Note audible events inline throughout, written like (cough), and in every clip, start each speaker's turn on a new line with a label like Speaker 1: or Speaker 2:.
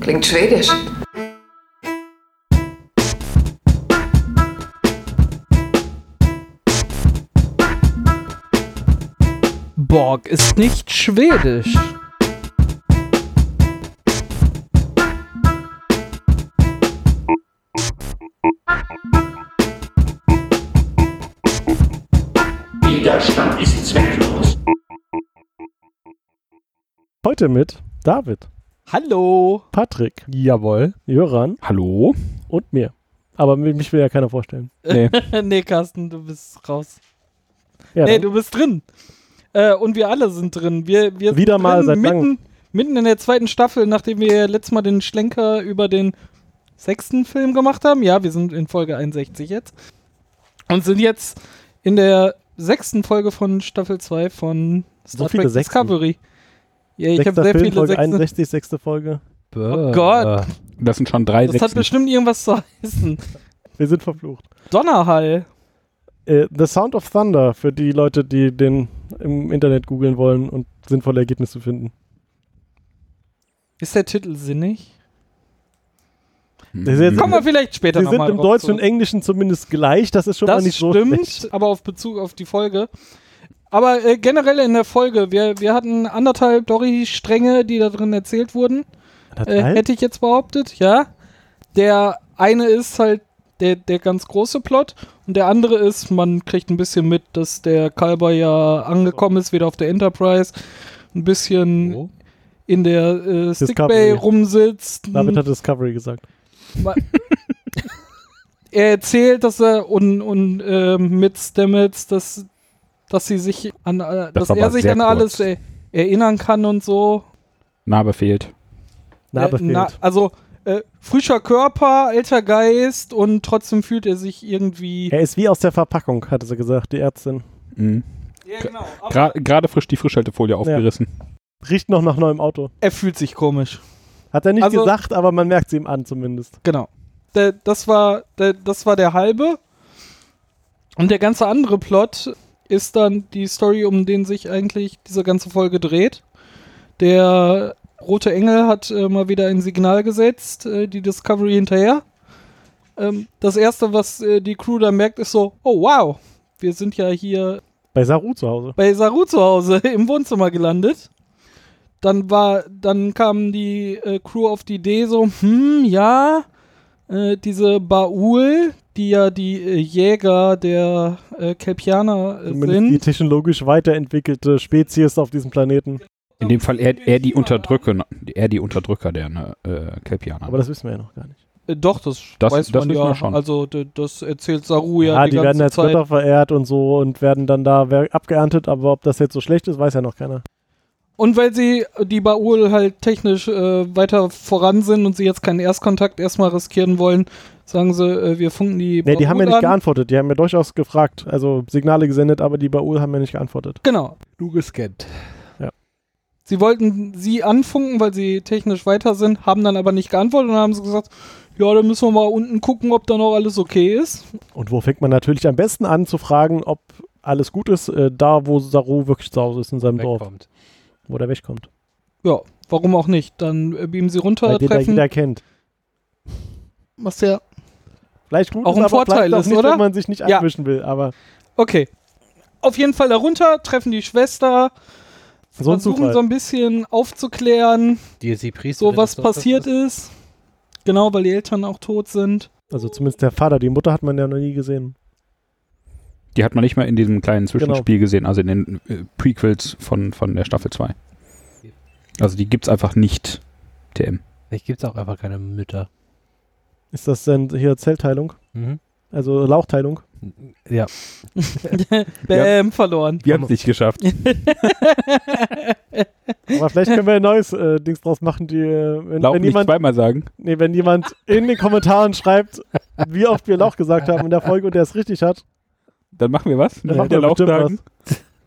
Speaker 1: Klingt schwedisch.
Speaker 2: Borg ist nicht schwedisch.
Speaker 3: Widerstand ist zwecklos.
Speaker 4: Heute mit David,
Speaker 2: Hallo.
Speaker 4: Patrick,
Speaker 5: Jawohl.
Speaker 4: Jöran
Speaker 5: Hallo?
Speaker 4: und mir. Aber mi- mich will ja keiner vorstellen.
Speaker 5: Nee.
Speaker 2: (laughs) nee, Carsten, du bist raus.
Speaker 4: Ja,
Speaker 2: nee,
Speaker 4: dann-
Speaker 2: du bist drin. Äh, und wir alle sind drin. Wir, wir
Speaker 4: Wieder
Speaker 2: sind
Speaker 4: mal
Speaker 2: drin,
Speaker 4: seit
Speaker 2: mitten,
Speaker 4: langem.
Speaker 2: mitten in der zweiten Staffel, nachdem wir letztes Mal den Schlenker über den sechsten Film gemacht haben. Ja, wir sind in Folge 61 jetzt. Und sind jetzt in der sechsten Folge von Staffel 2 von Star
Speaker 4: viele
Speaker 2: Trek
Speaker 4: Sechsen.
Speaker 2: Discovery. Ja, ich habe
Speaker 4: Sechster
Speaker 2: sehr
Speaker 4: Film,
Speaker 2: viele
Speaker 4: Folge
Speaker 2: Sechsen.
Speaker 4: 61, sechste Folge.
Speaker 2: Oh Gott.
Speaker 5: Das sind schon drei
Speaker 2: Das hat
Speaker 5: Sechsen.
Speaker 2: bestimmt irgendwas zu heißen.
Speaker 4: Wir sind verflucht.
Speaker 2: Donnerhall.
Speaker 4: Äh, The Sound of Thunder für die Leute, die den im Internet googeln wollen und sinnvolle Ergebnisse finden.
Speaker 2: Ist der Titel sinnig?
Speaker 4: Das ist
Speaker 5: Mhm.
Speaker 4: jetzt-
Speaker 2: Kommen wir vielleicht später
Speaker 4: Sie sind
Speaker 2: nochmal
Speaker 4: im Deutschen und Englischen zumindest gleich. Das ist schon mal
Speaker 2: Das
Speaker 4: nicht so
Speaker 2: stimmt,
Speaker 4: schlecht.
Speaker 2: aber auf Bezug auf die Folge. Aber äh, generell in der Folge, wir, wir hatten anderthalb Dory-Stränge, die da drin erzählt wurden, äh,
Speaker 4: Anderthalb?
Speaker 2: hätte ich jetzt behauptet, ja. Der eine ist halt der, der ganz große Plot und der andere ist, man kriegt ein bisschen mit, dass der Kalber ja angekommen ist, wieder auf der Enterprise, ein bisschen
Speaker 5: Oh.
Speaker 2: in der äh,
Speaker 4: Discovery.
Speaker 2: Sickbay rumsitzt.
Speaker 4: David hat Discovery gesagt.
Speaker 2: Ma- er erzählt, dass er und, und ähm, mit Stamets, dass, dass sie sich an äh,
Speaker 5: Das
Speaker 2: dass
Speaker 5: war
Speaker 2: er
Speaker 5: aber
Speaker 2: sich
Speaker 5: sehr
Speaker 2: an alles
Speaker 5: kurz.
Speaker 2: er, erinnern kann und so.
Speaker 5: Narbe fehlt.
Speaker 4: Narbe
Speaker 2: äh, na-
Speaker 4: fehlt.
Speaker 2: also äh, frischer Körper, alter Geist und trotzdem fühlt er sich irgendwie.
Speaker 4: Er ist wie aus der Verpackung, hatte sie gesagt, die Ärztin.
Speaker 5: Mhm.
Speaker 2: Ja, genau. Aber
Speaker 5: Gra- Gerade frisch die Frischhaltefolie aufgerissen.
Speaker 4: Riecht noch nach neuem Auto.
Speaker 2: er fühlt sich komisch.
Speaker 4: Hat er nicht
Speaker 2: Also-
Speaker 4: gesagt, aber man merkt sie ihm an zumindest.
Speaker 2: Genau. Der, das, war, der, das war der halbe. Und der ganze andere Plot ist dann die Story, um den sich eigentlich diese ganze Folge dreht. Der rote Engel hat äh, mal wieder ein Signal gesetzt, äh, die Discovery hinterher. Ähm, das erste, was äh, die Crew da merkt, ist so: Oh wow, wir sind ja hier
Speaker 4: Bei Saru zu Hause.
Speaker 2: bei Saru zu Hause (laughs) im Wohnzimmer gelandet. Dann war, dann kam die äh, Crew auf die Idee so, hm, ja, äh, diese Baul, die ja die äh, Jäger der äh, Kelpianer äh,
Speaker 4: Zumindest die
Speaker 2: sind.
Speaker 4: technologisch weiterentwickelte Spezies auf diesem Planeten.
Speaker 5: In dem Fall er, er, die Unterdrücker, er die Unterdrücker der ne, äh, Kelpianer.
Speaker 4: Aber das wissen wir ja noch gar nicht.
Speaker 2: Äh, doch, das,
Speaker 5: Das-
Speaker 2: weiß
Speaker 5: das
Speaker 2: man
Speaker 5: wissen
Speaker 2: ja.
Speaker 5: wir schon.
Speaker 2: Also d- das erzählt Saru ja,
Speaker 4: Ja, die, werden
Speaker 2: ganze
Speaker 4: als
Speaker 2: Zeit.
Speaker 4: Götter verehrt und so und werden dann da wer- abgeerntet, aber ob das jetzt so schlecht ist, weiß ja noch keiner.
Speaker 2: Und weil sie äh, die Baul halt technisch äh, weiter voran sind und sie jetzt keinen Erstkontakt erstmal riskieren wollen, sagen sie, äh, wir funken die
Speaker 4: Ne, die haben ja
Speaker 2: Baul
Speaker 4: nicht
Speaker 2: an.
Speaker 4: geantwortet, die haben ja durchaus gefragt, also Signale gesendet, aber die Baul haben ja nicht geantwortet.
Speaker 2: Genau.
Speaker 5: du gescannt.
Speaker 2: Sie wollten sie anfunken, weil sie technisch weiter sind, haben dann aber nicht geantwortet und haben sie gesagt, ja, dann müssen wir mal unten gucken, ob da noch alles okay ist.
Speaker 4: Und wo fängt man natürlich am besten an zu fragen, ob alles gut ist, äh, da wo Saru wirklich zu Hause ist in seinem Dorf,
Speaker 6: wegkommt.
Speaker 4: wo der wegkommt.
Speaker 2: Ja, warum auch nicht? Dann äh, beamen sie runter,
Speaker 4: Weil den da
Speaker 2: treffen,
Speaker 4: jeder kennt.
Speaker 2: was ja,
Speaker 4: Vielleicht gut
Speaker 2: Auch
Speaker 4: ist,
Speaker 2: ein
Speaker 4: aber
Speaker 2: Vorteil
Speaker 4: vielleicht auch
Speaker 2: ist,
Speaker 4: nicht,
Speaker 2: oder?
Speaker 4: wenn man sich nicht
Speaker 2: Ja.
Speaker 4: einmischen will, aber
Speaker 2: okay. Auf jeden Fall da runter, treffen die Schwester,
Speaker 4: so ein
Speaker 2: versuchen
Speaker 4: Zufall.
Speaker 2: so ein bisschen aufzuklären,
Speaker 6: Die ist die Priesterin.
Speaker 2: so was
Speaker 6: des Dorfes
Speaker 2: passiert ist. Genau, weil die Eltern auch tot sind.
Speaker 4: also zumindest der Vater, die Mutter hat man ja noch nie gesehen.
Speaker 5: Die hat man nicht mal in diesem kleinen
Speaker 4: Genau.
Speaker 5: Zwischenspiel gesehen, also in den äh, Prequels von, von der Staffel 2. Also die gibt's einfach nicht, TM.
Speaker 6: Vielleicht gibt es auch einfach keine Mütter.
Speaker 4: Ist das denn hier Zellteilung?
Speaker 6: Mhm.
Speaker 4: Also Lauchteilung?
Speaker 6: Ja.
Speaker 2: Bäm, verloren.
Speaker 5: Wir haben es nicht geschafft.
Speaker 4: Aber vielleicht können wir ein neues äh, Dings draus machen, die, äh, wenn,
Speaker 5: Lauch
Speaker 4: wenn
Speaker 5: nicht
Speaker 4: jemand
Speaker 5: zweimal sagen.
Speaker 4: Nee, wenn jemand in den Kommentaren schreibt, wie oft wir Lauch gesagt haben in der Folge und der es richtig hat,
Speaker 5: Dann machen wir was.
Speaker 4: Dann
Speaker 5: Dann
Speaker 4: macht
Speaker 5: macht der
Speaker 4: er
Speaker 5: Lauch
Speaker 4: bestimmt
Speaker 5: sagen.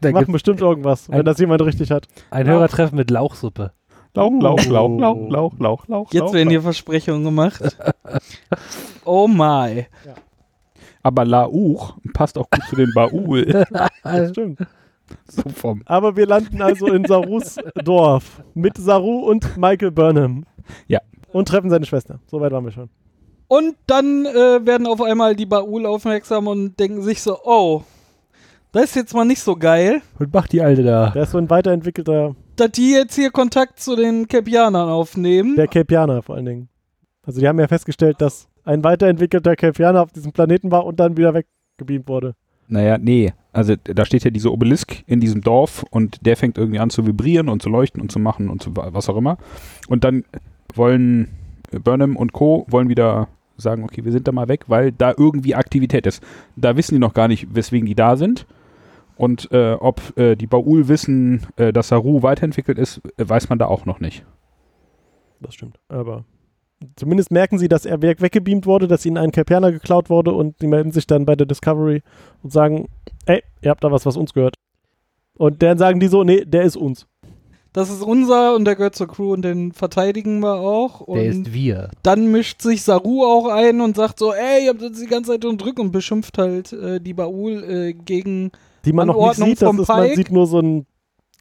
Speaker 6: Da
Speaker 4: machen
Speaker 6: gibt
Speaker 4: bestimmt irgendwas, wenn
Speaker 6: Ein-
Speaker 4: das jemand richtig hat.
Speaker 6: ein Hörertreffen mit Lauchsuppe.
Speaker 5: Lauch, Lauch, Lauch,
Speaker 4: Oh.
Speaker 5: Lauch, Lauch, Lauch, Lauch.
Speaker 2: Jetzt
Speaker 5: Lauch,
Speaker 2: werden
Speaker 5: Lauch.
Speaker 2: hier Versprechungen gemacht. (laughs) Oh my.
Speaker 5: Aber Lauch passt auch gut zu den
Speaker 4: (laughs)
Speaker 5: Baul.
Speaker 4: Oh, Das stimmt.
Speaker 5: so vom.
Speaker 4: Aber wir landen also in Sarus Dorf mit Saru und Michael Burnham. Und treffen seine Schwester. Soweit waren wir schon.
Speaker 2: Und dann äh, werden auf einmal die Baul aufmerksam und denken sich so, oh, das ist jetzt mal nicht so geil,
Speaker 6: Und macht die Alte da.
Speaker 4: Der ist so ein weiterentwickelter,
Speaker 2: dass die jetzt hier Kontakt zu den Kepianern aufnehmen.
Speaker 4: der Kelpianer vor allen Dingen. Also die haben ja festgestellt, dass ein weiterentwickelter Kelpianer auf diesem Planeten war und dann wieder weggebeamt wurde.
Speaker 5: Naja, nee. Also da steht ja dieser Obelisk in diesem Dorf und der fängt irgendwie an zu vibrieren und zu leuchten und zu machen und zu wa- was auch immer. Und dann wollen äh, Burnham und Co. wollen wieder sagen, okay, wir sind da mal weg, weil da irgendwie Aktivität ist. Da wissen die noch gar nicht, weswegen die da sind. Und äh, ob äh, die Baul wissen, äh, dass Saru weiterentwickelt ist, äh, weiß man da auch noch nicht.
Speaker 4: Das stimmt. Aber zumindest merken sie, dass er weg- weggebeamt wurde, dass ihnen ein Kelpianer geklaut wurde und die melden sich dann bei der Discovery und sagen, ey, ihr habt da was, was uns gehört. Und dann sagen die so, nee, der ist uns.
Speaker 2: Das ist unser und der gehört zur Crew und den verteidigen wir auch.
Speaker 6: Der
Speaker 2: Und
Speaker 6: ist wir.
Speaker 2: dann mischt sich Saru auch ein und sagt so, ey, ihr habt uns die ganze Zeit unterdrückt und beschimpft halt äh, die Baul äh, gegen
Speaker 4: Die man noch nicht
Speaker 2: Anordnung
Speaker 4: sieht, das
Speaker 2: vom
Speaker 4: ist, man
Speaker 2: Pike.
Speaker 4: sieht nur so ein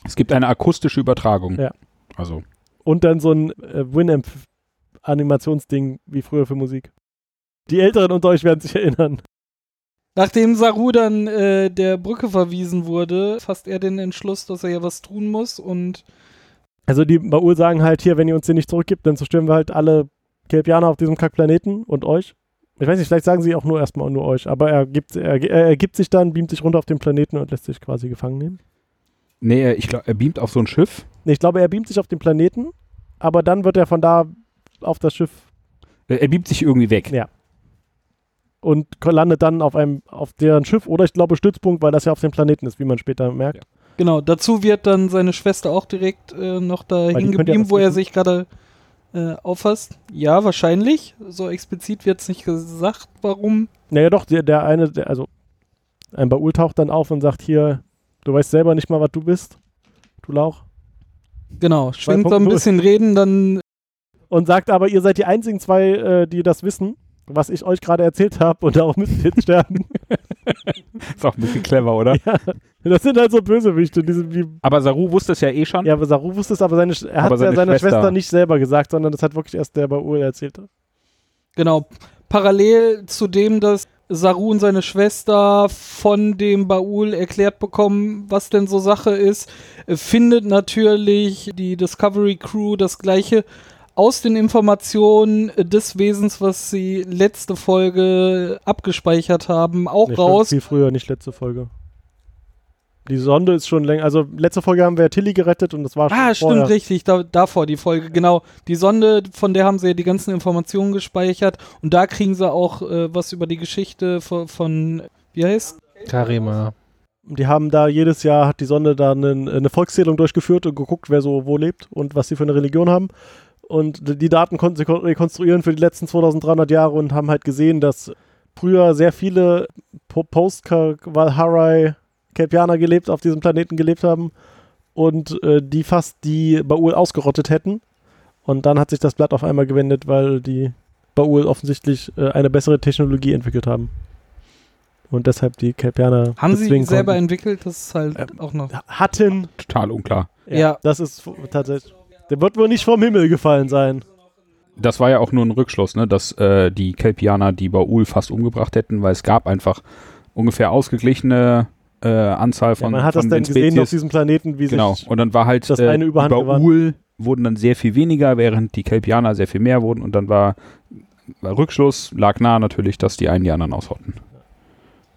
Speaker 5: Es gibt eine akustische Übertragung.
Speaker 4: Ja.
Speaker 5: Also,
Speaker 4: und dann so ein äh, Winamp-Animationsding wie früher für Musik. Die Älteren unter euch werden sich erinnern.
Speaker 2: Nachdem Saru dann äh, der Brücke verwiesen wurde, fasst er den Entschluss, dass er ja was tun muss und
Speaker 4: Also die Maul sagen halt hier, wenn ihr uns den nicht zurückgibt, dann zerstören wir halt alle Kelpianer auf diesem Kackplaneten und euch. Ich weiß nicht, vielleicht sagen sie auch nur erstmal nur euch, aber er gibt, er, ge- er gibt sich dann, beamt sich runter auf den Planeten und lässt sich quasi gefangen nehmen.
Speaker 5: nee, ich glaube, er beamt auf so ein Schiff.
Speaker 4: Nee, ich glaube, er beamt sich auf den Planeten, aber dann wird er von da auf das Schiff
Speaker 5: Äh, Er beamt sich irgendwie weg.
Speaker 4: Ja. und ko- landet dann auf einem, auf deren Schiff oder ich glaube Stützpunkt, weil das ja auf dem Planeten ist, wie man später merkt.
Speaker 2: genau, dazu wird dann seine Schwester auch direkt äh, noch
Speaker 4: Weil
Speaker 2: dahin
Speaker 4: die könnte ja
Speaker 2: geblieben,
Speaker 4: was
Speaker 2: wo er
Speaker 4: wissen.
Speaker 2: sich gerade äh, auffasst. Ja, wahrscheinlich. So explizit wird es nicht gesagt, warum.
Speaker 4: Naja, doch, der, der eine, der, also ein Baul taucht dann auf und sagt hier, du weißt selber nicht mal, was du bist, du Lauch.
Speaker 2: Genau, schwingt so ein
Speaker 4: 2.0.
Speaker 2: bisschen reden, dann
Speaker 4: Und sagt aber, ihr seid die einzigen zwei, äh, die das wissen, was ich euch gerade erzählt habe und darum müsst ihr
Speaker 5: (laughs)
Speaker 4: jetzt sterben.
Speaker 5: (laughs) Ist auch ein bisschen clever, oder?
Speaker 4: Das sind halt so Bösewichte. Diese, die,
Speaker 5: Aber Saru wusste es ja eh schon.
Speaker 4: ja, aber Saru wusste es, aber seine, Sch- er hat
Speaker 5: Aber
Speaker 4: es ja
Speaker 5: seine
Speaker 4: seiner Schwester.
Speaker 5: Schwester
Speaker 4: nicht selber gesagt, sondern das hat wirklich erst der Baul erzählt.
Speaker 2: Genau. Parallel zu dem, dass Saru und seine Schwester von dem Baul erklärt bekommen, was denn so Sache ist, äh, findet natürlich die Discovery Crew das Gleiche aus den Informationen äh, des Wesens, was sie letzte Folge abgespeichert haben, auch
Speaker 4: Nee, stimmt,
Speaker 2: raus.
Speaker 4: Viel früher, nicht letzte Folge. Die Sonde ist schon länger. Also letzte Folge haben wir ja Tilly gerettet und das war schon
Speaker 2: Ah, stimmt,
Speaker 4: vorher.
Speaker 2: richtig, da, davor die Folge, genau. Die Sonde, von der haben sie ja die ganzen Informationen gespeichert und da kriegen sie auch äh, was über die Geschichte von, von wie heißt
Speaker 6: Karima.
Speaker 4: Die haben da jedes Jahr, hat die Sonde da einen, eine Volkszählung durchgeführt und geguckt, wer so wo lebt und was sie für eine Religion haben. Und d- die Daten konnten sie kon- rekonstruieren für die letzten 2300 Jahre und haben halt gesehen, dass früher sehr viele Po- Post-Valharai Kelpianer gelebt, auf diesem Planeten gelebt haben und äh, die fast die Baul ausgerottet hätten. Und dann hat sich das Blatt auf einmal gewendet, weil die Baul offensichtlich äh, eine bessere Technologie entwickelt haben. Und deshalb die Kelpianer
Speaker 2: Haben sie
Speaker 4: bezwingen
Speaker 2: selber
Speaker 4: konnten
Speaker 2: entwickelt, das ist halt auch noch.
Speaker 4: hatten.
Speaker 5: Total unklar.
Speaker 2: Ja.
Speaker 4: Das ist fu- tatsächlich. Der wird wohl nicht vom Himmel gefallen sein.
Speaker 5: Das war ja auch nur ein Rückschluss, ne? dass äh, die Kelpianer die Baul fast umgebracht hätten, weil es gab einfach ungefähr ausgeglichene äh, Anzahl
Speaker 4: Ja,
Speaker 5: von,
Speaker 4: man hat
Speaker 5: von
Speaker 4: das dann
Speaker 5: den
Speaker 4: gesehen auf
Speaker 5: Spezies.
Speaker 4: diesem Planeten, wie
Speaker 5: genau.
Speaker 4: sich.
Speaker 5: Und dann war halt
Speaker 4: das
Speaker 5: äh,
Speaker 4: eine
Speaker 5: die
Speaker 4: überhand gewann.
Speaker 5: Baul wurden dann sehr viel weniger, während die Kelpianer sehr viel mehr wurden. Und dann war, war Rückschluss, lag nahe natürlich, dass die einen die anderen ausrotten.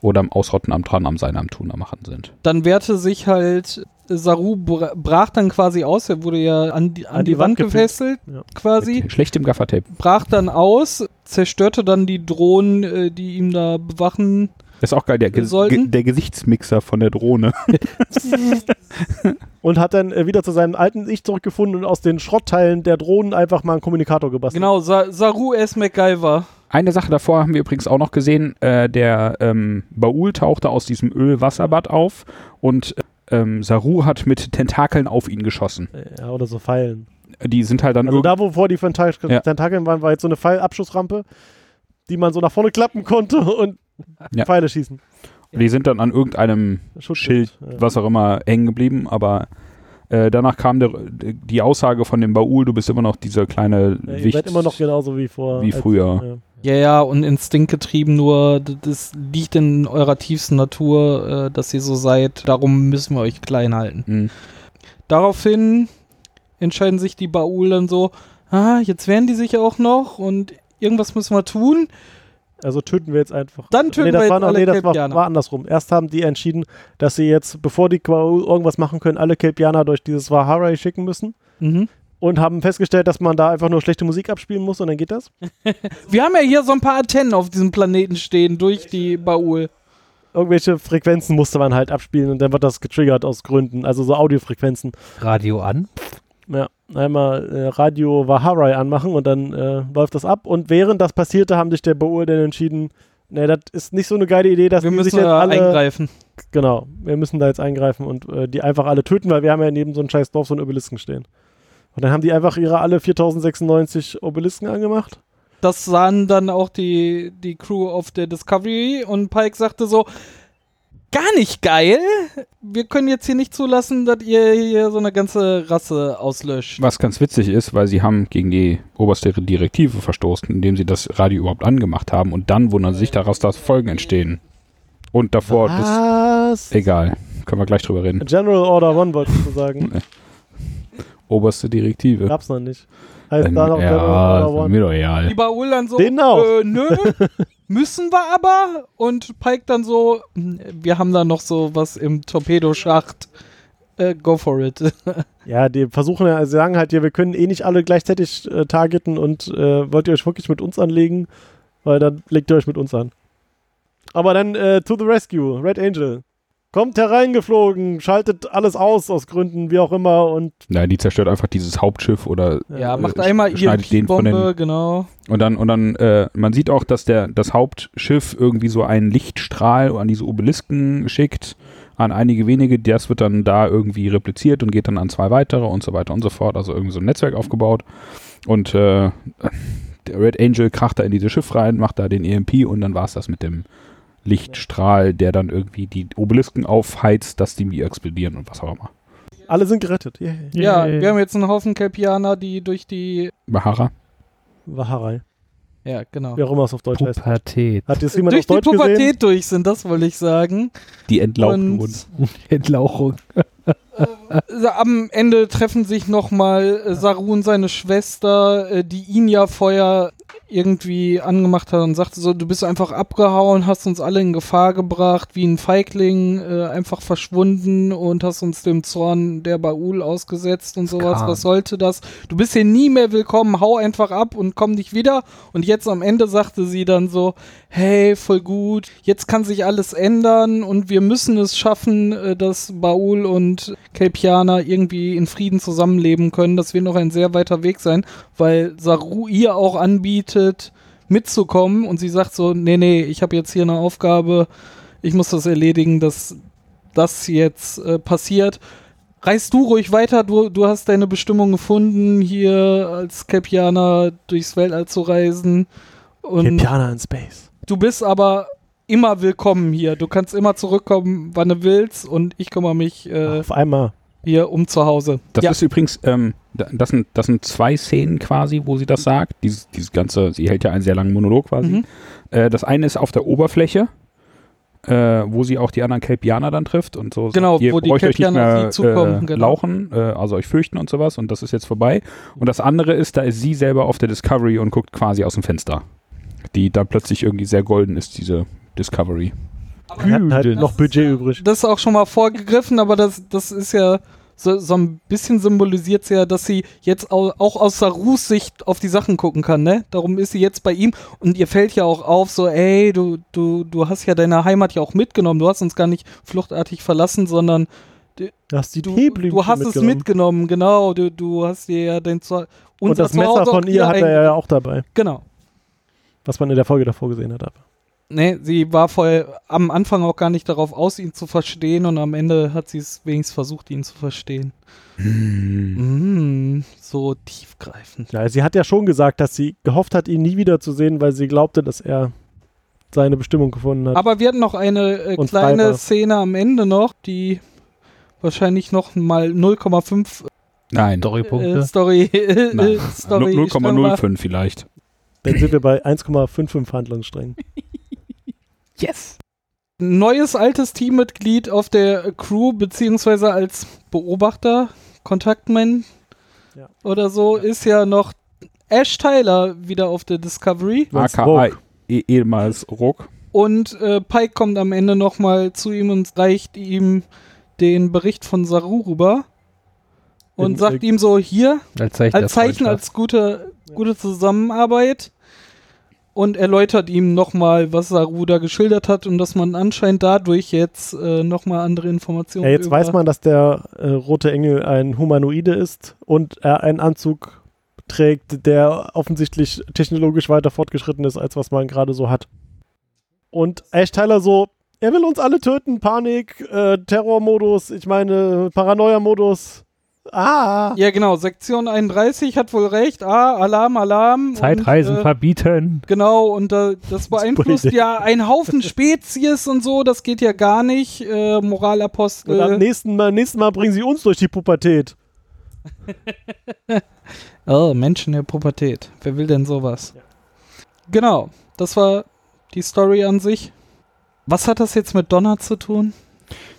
Speaker 5: Oder am Ausrotten, am Dran, am Sein, am Tun, am Machen sind.
Speaker 2: Dann wehrte sich halt äh, Saru bra- brach dann quasi aus, er wurde ja an die, an die, Wand, gefesselt
Speaker 4: Ja.
Speaker 2: quasi,
Speaker 5: Mit schlechtem Gaffertape.
Speaker 2: brach dann aus, zerstörte dann die Drohnen, äh, die ihm da bewachen.
Speaker 5: Ist auch geil, der,
Speaker 2: Wir
Speaker 5: Ge-
Speaker 2: sollten-
Speaker 5: Ge der Gesichtsmixer von der Drohne.
Speaker 4: Und hat dann äh, wieder zu seinem alten Ich zurückgefunden und aus den Schrottteilen der Drohnen einfach mal einen Kommunikator gebastelt.
Speaker 2: Genau, Sa Saru S. MacGyver.
Speaker 5: Eine Sache davor haben wir übrigens auch noch gesehen. Äh, der ähm, Baul tauchte aus diesem Ölwasserbad auf und ähm, Saru hat mit Tentakeln auf ihn geschossen.
Speaker 4: Äh, Ja, oder so Pfeilen.
Speaker 5: Die sind halt dann
Speaker 4: Also
Speaker 5: irg-
Speaker 4: da, wo vor die Tentak
Speaker 5: Ja.
Speaker 4: Tentakeln waren, war jetzt so eine Pfeilabschussrampe, die man so nach vorne klappen konnte (laughs) und
Speaker 5: Ja.
Speaker 4: Pfeile schießen.
Speaker 5: die sind dann an irgendeinem
Speaker 4: Schutzschild.
Speaker 5: Schild,
Speaker 4: Ja.
Speaker 5: was auch immer, hängen geblieben, aber Äh, danach kam der, die Aussage von dem Baul, du bist immer noch dieser kleine
Speaker 4: Ja, ihr
Speaker 5: Wicht.
Speaker 4: seid immer noch genauso wie vor.
Speaker 5: wie früher.
Speaker 4: ja.
Speaker 2: Ja, ja, und instinktgetrieben nur, d- das liegt in eurer tiefsten Natur, äh, dass ihr so seid, darum müssen wir euch klein halten.
Speaker 5: Mhm.
Speaker 2: Daraufhin entscheiden sich die Baul dann so, ah, jetzt wehren die sich auch noch und irgendwas müssen wir tun.
Speaker 4: Also töten wir jetzt einfach.
Speaker 2: Dann töten
Speaker 4: nee, das
Speaker 2: wir jetzt
Speaker 4: war noch,
Speaker 2: alle
Speaker 4: Nee, das war,
Speaker 2: Kelpianer.
Speaker 4: war andersrum. Erst haben die entschieden, dass sie jetzt, bevor die Quaul irgendwas machen können, alle Kelpianer durch dieses Wahara schicken müssen.
Speaker 2: Mhm.
Speaker 4: Und haben festgestellt, dass man da einfach nur schlechte Musik abspielen muss und dann geht das.
Speaker 2: Wir haben ja hier so ein paar Antennen auf diesem Planeten stehen durch die Baul.
Speaker 4: Irgendwelche Frequenzen musste man halt abspielen und dann wird das getriggert aus Gründen. Also so Audiofrequenzen.
Speaker 6: Radio an.
Speaker 4: Ja, einmal äh, Radio Waharai anmachen und dann äh, läuft das ab. Und während das passierte, haben sich der Beohl dann entschieden, ne, das ist nicht so eine geile Idee, dass
Speaker 2: Wir
Speaker 4: die sich
Speaker 2: müssen
Speaker 4: jetzt
Speaker 2: da
Speaker 4: alle,
Speaker 2: eingreifen.
Speaker 4: Genau, wir müssen da jetzt eingreifen und äh, die einfach alle töten, weil wir haben ja neben so einem scheiß Dorf so einen Obelisken stehen. Und dann haben die einfach ihre alle 4096 Obelisken angemacht.
Speaker 2: Das sahen dann auch die, die Crew auf der Discovery und Pike sagte so, gar nicht geil. Wir können jetzt hier nicht zulassen, dass ihr hier so eine ganze Rasse auslöscht.
Speaker 5: Was ganz witzig ist, weil sie haben gegen die oberste Direktive verstoßen, indem sie das Radio überhaupt angemacht haben und dann wundern sie sich daraus, dass Folgen entstehen. Und davor, das,
Speaker 4: Was?
Speaker 5: egal, können wir gleich drüber reden.
Speaker 4: General Order One wollte ich so sagen.
Speaker 5: Oberste Direktive.
Speaker 4: Gab's noch nicht. Heißt
Speaker 5: Ähm,
Speaker 4: da noch General
Speaker 5: ja,
Speaker 4: Order
Speaker 5: ist
Speaker 4: One?
Speaker 5: mir doch
Speaker 2: Die
Speaker 5: egal.
Speaker 2: Baul dann so,
Speaker 4: Genau.
Speaker 2: äh, nö, (laughs) müssen wir aber. Und Pike dann so, "Hm, wir haben da noch so was im Torpedoschacht. Äh, go for it. (laughs)
Speaker 4: Ja, die versuchen ja, sie sagen halt, ja, wir können eh nicht alle gleichzeitig äh, targeten und äh, wollt ihr euch wirklich mit uns anlegen? Weil dann legt ihr euch mit uns an. Aber dann äh, to the rescue, Red Angel. Kommt hereingeflogen, schaltet alles aus, aus Gründen, wie auch immer. Und
Speaker 5: Na, die zerstört einfach dieses Hauptschiff oder
Speaker 2: ja, macht
Speaker 5: äh,
Speaker 2: einmal ihre
Speaker 5: schneidet den von den-
Speaker 2: Bombe, genau.
Speaker 5: und dann und dann äh, man sieht auch, dass der das Hauptschiff irgendwie so einen Lichtstrahl an diese Obelisken schickt an einige wenige, das wird dann da irgendwie repliziert und geht dann an zwei weitere und so weiter und so fort, also irgendwie so ein Netzwerk aufgebaut und äh, der Red Angel kracht da in dieses Schiff rein, macht da den EMP und dann war es das mit dem Lichtstrahl, der dann irgendwie die Obelisken aufheizt, dass die mir explodieren und was auch immer.
Speaker 4: alle sind gerettet. Yeah.
Speaker 2: Ja, wir haben jetzt einen Haufen Kelpianer, die durch die.
Speaker 5: Bahara?
Speaker 4: Waharei.
Speaker 2: Ja, genau.
Speaker 4: Wie auch immer es auf Deutsch heißt.
Speaker 6: Pubertät.
Speaker 4: Hat jetzt jemand
Speaker 2: durch
Speaker 4: auf Deutsch
Speaker 2: die Pubertät
Speaker 4: gesehen?
Speaker 2: durch sind, das wollte ich sagen.
Speaker 5: Die entlaufen
Speaker 2: Und-
Speaker 5: uns.
Speaker 6: Entlauchung.
Speaker 2: Also am Ende treffen sich nochmal äh, Saru und seine Schwester, äh, die ihn ja vorher irgendwie angemacht hat und sagte so, du bist einfach abgehauen, hast uns alle in Gefahr gebracht, wie ein Feigling, äh, einfach verschwunden und hast uns dem Zorn der Baul ausgesetzt und sowas.
Speaker 6: Skan.
Speaker 2: Was sollte das? Du bist hier nie mehr willkommen, hau einfach ab und komm nicht wieder. Und jetzt am Ende sagte sie dann so, hey, voll gut, jetzt kann sich alles ändern und wir müssen es schaffen, äh, dass Baul und Kelpiana irgendwie in Frieden zusammenleben können. Das wird noch ein sehr weiter Weg sein, weil Saru ihr auch anbietet, mitzukommen und sie sagt so, nee, nee, ich habe jetzt hier eine Aufgabe, ich muss das erledigen, dass das jetzt äh, passiert. Reist du ruhig weiter, du, du hast deine Bestimmung gefunden, hier als Kelpianer durchs Weltall zu reisen. Und
Speaker 4: Kepiana in Space.
Speaker 2: du bist aber immer willkommen hier. Du kannst immer zurückkommen, wann du willst und ich kümmere mich äh,
Speaker 4: Auf einmal.
Speaker 2: hier um zu Hause.
Speaker 5: Das
Speaker 2: ja,
Speaker 5: ist übrigens, ähm, da- das, sind, das sind zwei Szenen quasi, wo sie das sagt. Dieses, dieses ganze, sie hält ja einen sehr langen Monolog quasi.
Speaker 2: Mhm.
Speaker 5: Äh, das eine ist auf der Oberfläche, äh, wo sie auch die anderen Kelpianer dann trifft und so. sagt,
Speaker 2: Genau,
Speaker 5: ihr
Speaker 2: wo die
Speaker 5: braucht euch nicht
Speaker 2: Kelpianer auf
Speaker 5: mehr,
Speaker 2: sie zukommen,
Speaker 5: Äh,
Speaker 2: genau.
Speaker 5: Lauchen, äh, also euch fürchten und sowas und das ist jetzt vorbei. Und das andere ist, da ist sie selber auf der Discovery und guckt quasi aus dem Fenster. Die dann plötzlich irgendwie sehr golden ist, diese Discovery.
Speaker 4: Wir hatten halt noch Budget übrig.
Speaker 2: das ist auch schon mal vorgegriffen, aber das, das ist ja so, so ein bisschen symbolisiert ja, dass sie jetzt au- auch aus Sarus Sicht auf die Sachen gucken kann, ne? Darum ist sie jetzt bei ihm und ihr fällt ja auch auf, so, ey, du, du, du hast ja deine Heimat ja auch mitgenommen, du hast uns gar nicht fluchtartig verlassen, sondern
Speaker 4: Du hast die
Speaker 2: du,
Speaker 4: Teeblümchen
Speaker 2: du hast
Speaker 4: mitgenommen.
Speaker 2: es mitgenommen, genau, du, du hast dir ja dein Zuha
Speaker 4: Und
Speaker 2: unser
Speaker 4: das Messer
Speaker 2: Zuhause auch
Speaker 4: von ihr
Speaker 2: wieder
Speaker 4: hat er
Speaker 2: ein-
Speaker 4: ja auch dabei.
Speaker 2: Genau.
Speaker 4: Was man in der Folge davor gesehen hat. aber.
Speaker 2: Nee, Ne, sie war voll am Anfang auch gar nicht darauf aus, ihn zu verstehen und am Ende hat sie es wenigstens versucht, ihn zu verstehen. Mm, so tiefgreifend.
Speaker 4: Ja, sie hat ja schon gesagt, dass sie gehofft hat, ihn nie wieder zu sehen, weil sie glaubte, dass er seine Bestimmung gefunden hat.
Speaker 2: Aber wir hatten noch eine äh,
Speaker 4: Und
Speaker 2: kleine
Speaker 4: Fiber.
Speaker 2: Szene am Ende noch, die wahrscheinlich noch mal 0,5
Speaker 5: Nein.
Speaker 2: äh,
Speaker 6: Storypunkte.
Speaker 2: Story, (laughs)
Speaker 5: Nein.
Speaker 2: äh, Story
Speaker 5: 0,05 vielleicht.
Speaker 4: Dann sind wir bei 1,55 Handlungssträngen.
Speaker 2: Yes. Neues altes Teammitglied auf der Crew beziehungsweise als Beobachter, Kontaktman
Speaker 4: Ja.
Speaker 2: oder so ist ja noch Ash Tyler wieder auf der Discovery
Speaker 4: Sonst
Speaker 5: AKA
Speaker 4: Rogue.
Speaker 5: eh- ehemals Ruck.
Speaker 2: und äh, Pike kommt am Ende noch mal zu ihm und reicht ihm den Bericht von Saru rüber und
Speaker 4: In-
Speaker 2: sagt
Speaker 4: äh,
Speaker 2: ihm so hier
Speaker 6: Als Zeichen,
Speaker 2: als Zeichen als gute, gute Zusammenarbeit und erläutert ihm nochmal, was Saru da geschildert hat und dass man anscheinend dadurch jetzt äh, nochmal andere Informationen
Speaker 4: Ja, jetzt
Speaker 2: über-
Speaker 4: weiß man, dass der äh, rote Engel ein Humanoide ist und er einen Anzug trägt, der offensichtlich technologisch weiter fortgeschritten ist, als was man gerade so hat. Und Ash Tyler so, er will uns alle töten, Panik, äh, Terrormodus, ich meine Paranoia-Modus. Ah!
Speaker 2: Ja, genau. Sektion 31 hat wohl recht. Ah, Alarm, Alarm.
Speaker 6: Zeitreisen
Speaker 2: Und, äh,
Speaker 6: verbieten.
Speaker 2: genau, und
Speaker 4: (laughs)
Speaker 2: äh, das beeinflusst
Speaker 4: Idee.
Speaker 2: ja einen
Speaker 4: (laughs)
Speaker 2: Haufen Spezies und so. Das geht ja gar nicht. Äh, Moralapostel.
Speaker 4: Und am nächsten Mal, nächsten Mal bringen sie uns durch die Pubertät.
Speaker 2: Oh, Menschen der Pubertät. Wer will denn sowas? Genau, das war die Story an sich. Was hat das jetzt mit Donner zu tun?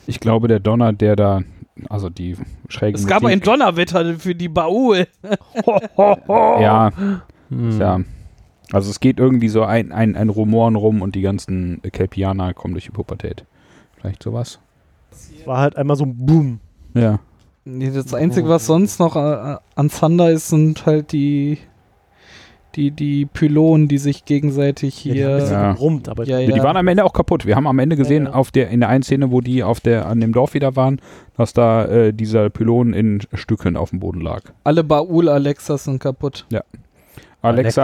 Speaker 5: Ich glaube, der Donner, der da, also die schrägen. Musik-
Speaker 2: Donnerwetter für die Baul.
Speaker 5: Ja,
Speaker 6: Hm.
Speaker 5: Tja. Also es geht irgendwie so ein, ein, ein Rumoren rum und die ganzen Kelpianer kommen durch die Pubertät. Vielleicht sowas.
Speaker 4: War halt einmal so ein Boom.
Speaker 5: Ja.
Speaker 2: Nee, das Einzige, was sonst noch äh, an Thunder ist, sind halt die, die, die Pylonen, die sich gegenseitig
Speaker 4: Ja, die haben ein bisschen
Speaker 2: hier.
Speaker 5: Ja.
Speaker 4: gebrummt, aber
Speaker 2: Ja, ja.
Speaker 5: Die waren am Ende auch kaputt. Wir haben am Ende gesehen,
Speaker 4: Ja, ja.
Speaker 5: auf der, in der einen Szene, wo die auf der, an dem Dorf wieder waren, dass da äh, dieser Pylon in Stücken auf dem Boden lag.
Speaker 2: Alle Baul-Alexas sind kaputt.
Speaker 5: Alexa,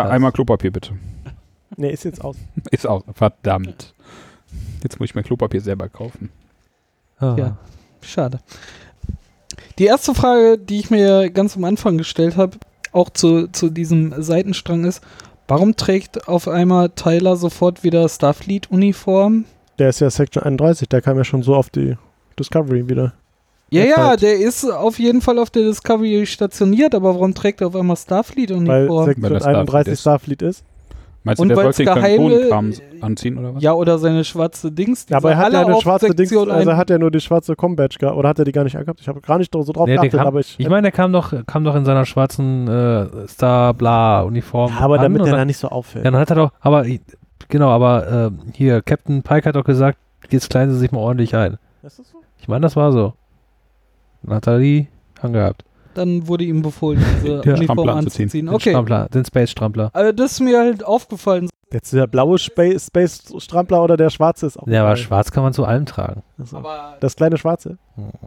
Speaker 6: Alexas.
Speaker 5: einmal Klopapier bitte. (laughs)
Speaker 4: Nee, ist jetzt aus.
Speaker 5: Ist auch. Verdammt. Jetzt muss ich mein Klopapier selber kaufen.
Speaker 6: Ah.
Speaker 2: Ja. Schade. Die erste Frage, die ich mir ganz am Anfang gestellt habe, auch zu, zu diesem Seitenstrang ist, warum trägt auf einmal Tyler sofort wieder Starfleet-Uniform?
Speaker 4: Der ist ja Section 31, der kam ja schon so auf die Discovery wieder.
Speaker 2: Ja,
Speaker 4: Ja,
Speaker 2: ja,
Speaker 4: halt.
Speaker 2: der ist auf jeden Fall auf der Discovery stationiert, aber warum trägt er auf einmal
Speaker 4: Weil
Speaker 2: Starfleet-Uniform?
Speaker 4: Section
Speaker 5: Weil das
Speaker 4: 31 Starfleet ist.
Speaker 5: Meinst du,
Speaker 2: Und
Speaker 5: der
Speaker 2: weil's äh,
Speaker 5: sollte den
Speaker 2: geheime-
Speaker 5: Klingonenkram anziehen oder was?
Speaker 2: Ja, oder seine schwarze Dings. die
Speaker 4: Ja, aber er
Speaker 2: sind
Speaker 4: hat ja
Speaker 2: alle
Speaker 4: eine
Speaker 2: auf
Speaker 4: schwarze Dings,
Speaker 2: Sektion
Speaker 4: also er
Speaker 2: ein-
Speaker 4: hat ja nur die schwarze Combatch gehabt, oder hat er die gar nicht gehabt? Ich habe gar nicht so drauf
Speaker 6: Nee, der
Speaker 4: geachtet,
Speaker 6: kam,
Speaker 4: aber ich,
Speaker 6: ich meine, der kam doch, kam doch in seiner schwarzen äh, Star-Bla-Uniform.
Speaker 4: aber
Speaker 6: an
Speaker 4: damit
Speaker 6: und
Speaker 4: der da
Speaker 6: dann,
Speaker 4: nicht so auffällt.
Speaker 6: ja, dann hat er doch, aber ich- genau, aber äh, hier, Captain Pike hat doch gesagt, jetzt kleiden sie sich mal ordentlich ein.
Speaker 4: Ist das so?
Speaker 6: Ich meine, das war so. Nathalie angehabt.
Speaker 2: Dann wurde ihm befohlen, diese
Speaker 6: (laughs) Ja,
Speaker 2: Uniform
Speaker 5: Strampler anzuziehen.
Speaker 2: anzuziehen.
Speaker 6: Den
Speaker 2: Okay.
Speaker 6: Strampler, den Space-Strampler.
Speaker 2: Aber das ist mir halt aufgefallen.
Speaker 4: Jetzt der blaue Space, Space Strampler oder der schwarze ist auch.
Speaker 6: Ja, aber
Speaker 4: geil.
Speaker 6: schwarz kann man zu allem tragen.
Speaker 4: Also,
Speaker 2: Aber
Speaker 4: Das kleine
Speaker 6: (laughs)
Speaker 4: schwarze.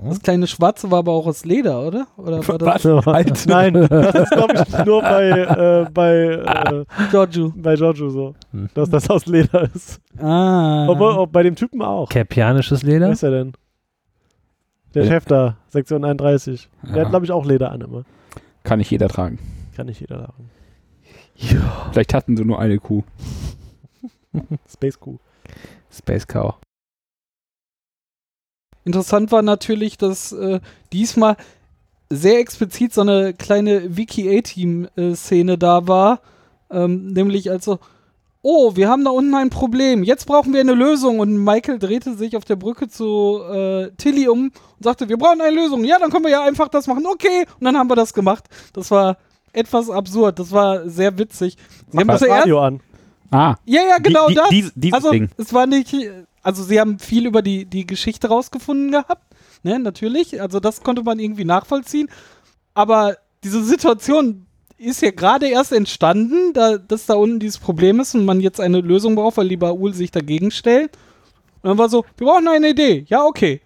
Speaker 2: das kleine Schwarze war aber auch aus Leder, oder? Oder war das
Speaker 5: (laughs) Alter.
Speaker 4: Nein, das ist glaube ich nur bei, äh, bei, äh,
Speaker 2: Giorgio?
Speaker 4: bei Giorgio so,
Speaker 6: Hm.
Speaker 4: dass das aus Leder ist.
Speaker 2: Ah.
Speaker 4: Obwohl, ob bei dem Typen auch.
Speaker 6: Kerpianisches
Speaker 4: Wer
Speaker 6: Leder?
Speaker 4: ist er denn? Der
Speaker 5: Ja.
Speaker 4: Chef da, Sektion 31. Der
Speaker 5: Ja.
Speaker 4: hat glaube ich auch Leder an immer.
Speaker 5: Kann nicht jeder tragen.
Speaker 4: Kann nicht jeder sagen.
Speaker 6: Ja.
Speaker 5: Vielleicht hatten sie nur eine Kuh.
Speaker 4: Space Q.
Speaker 6: Space Cow.
Speaker 2: Interessant war natürlich, dass äh, diesmal sehr explizit so eine kleine Wiki-A-Team-Szene da war. Ähm, nämlich also, oh, wir haben da unten ein Problem. Jetzt brauchen wir eine Lösung. Und Michael drehte sich auf der Brücke zu äh, Tilly um und sagte, wir brauchen eine Lösung. Ja, dann können wir ja einfach das machen. Okay. Und dann haben wir das gemacht. Das war etwas absurd. Das war sehr witzig. Sie haben
Speaker 4: Mach das
Speaker 2: zuerst
Speaker 4: Radio an.
Speaker 5: Ah,
Speaker 2: ja, ja, genau
Speaker 5: Die- die-
Speaker 2: das.
Speaker 5: dies- dieses
Speaker 2: also,
Speaker 5: Ding.
Speaker 2: es war nicht. Also, sie haben viel über die, die Geschichte rausgefunden gehabt. Ne, natürlich. Also, das konnte man irgendwie nachvollziehen. Aber diese Situation ist ja gerade erst entstanden, da, dass da unten dieses Problem ist und man jetzt eine Lösung braucht, weil die Baul sich dagegen stellt. Und dann war so: Wir brauchen eine Idee. Ja, okay.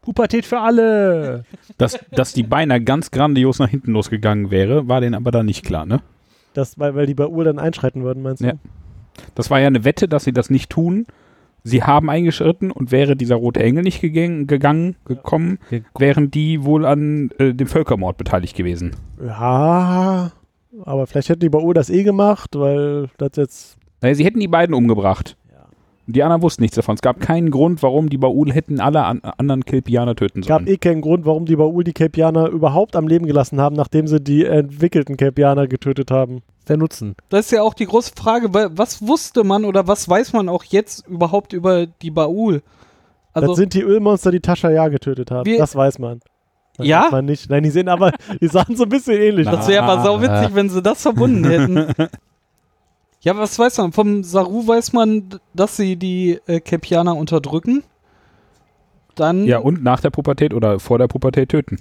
Speaker 6: Pubertät für alle!
Speaker 5: dass, dass die beinahe ganz grandios nach hinten losgegangen wäre, war denen aber da nicht klar, ne?
Speaker 4: Das, weil, weil die bei Uhr dann einschreiten würden, meinst du?
Speaker 5: Ja. Das war ja eine Wette, dass sie das nicht tun. Sie haben eingeschritten und wäre dieser rote Engel nicht gegangen, gegangen gekommen,
Speaker 6: Ge-
Speaker 5: wären die wohl an äh, dem Völkermord beteiligt gewesen.
Speaker 4: Ja, aber vielleicht hätten die bei Uhr das eh gemacht, weil das jetzt.
Speaker 5: Naja, sie hätten die beiden umgebracht. Die anderen wussten nichts davon. Es gab keinen Grund, warum die Baul hätten alle an, anderen Kelpianer töten sollen.
Speaker 4: gab eh keinen Grund, warum die Baul die Kelpianer überhaupt am Leben gelassen haben, nachdem sie die entwickelten Kelpianer getötet haben.
Speaker 6: (laughs) Der Nutzen.
Speaker 2: Das ist ja auch die große Frage, wa- was wusste man oder was weiß man auch jetzt überhaupt über die Baul?
Speaker 4: das
Speaker 2: Also,
Speaker 4: sind die Ölmonster, die Tascha ja getötet haben.
Speaker 2: Wir-
Speaker 4: das weiß man. Nein,
Speaker 2: Ja?
Speaker 4: weiß Man nicht. Nein, die sehen aber, (laughs) die sahen so ein bisschen ähnlich.
Speaker 5: Na.
Speaker 4: aus.
Speaker 2: das wäre aber
Speaker 5: Ah.
Speaker 2: sauwitzig, wenn sie das verbunden hätten. ja, was weiß man? Vom Saru weiß man, dass sie die äh, Kepianer unterdrücken. Dann,
Speaker 5: ja, und nach der Pubertät oder vor der Pubertät töten.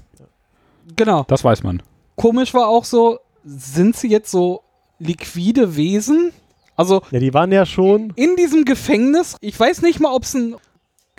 Speaker 2: genau.
Speaker 5: Das weiß man.
Speaker 2: Komisch war auch so, sind sie jetzt so liquide Wesen? Also,
Speaker 4: Ja, die waren ja schon.
Speaker 2: in diesem Gefängnis, ich weiß nicht mal, ob es ein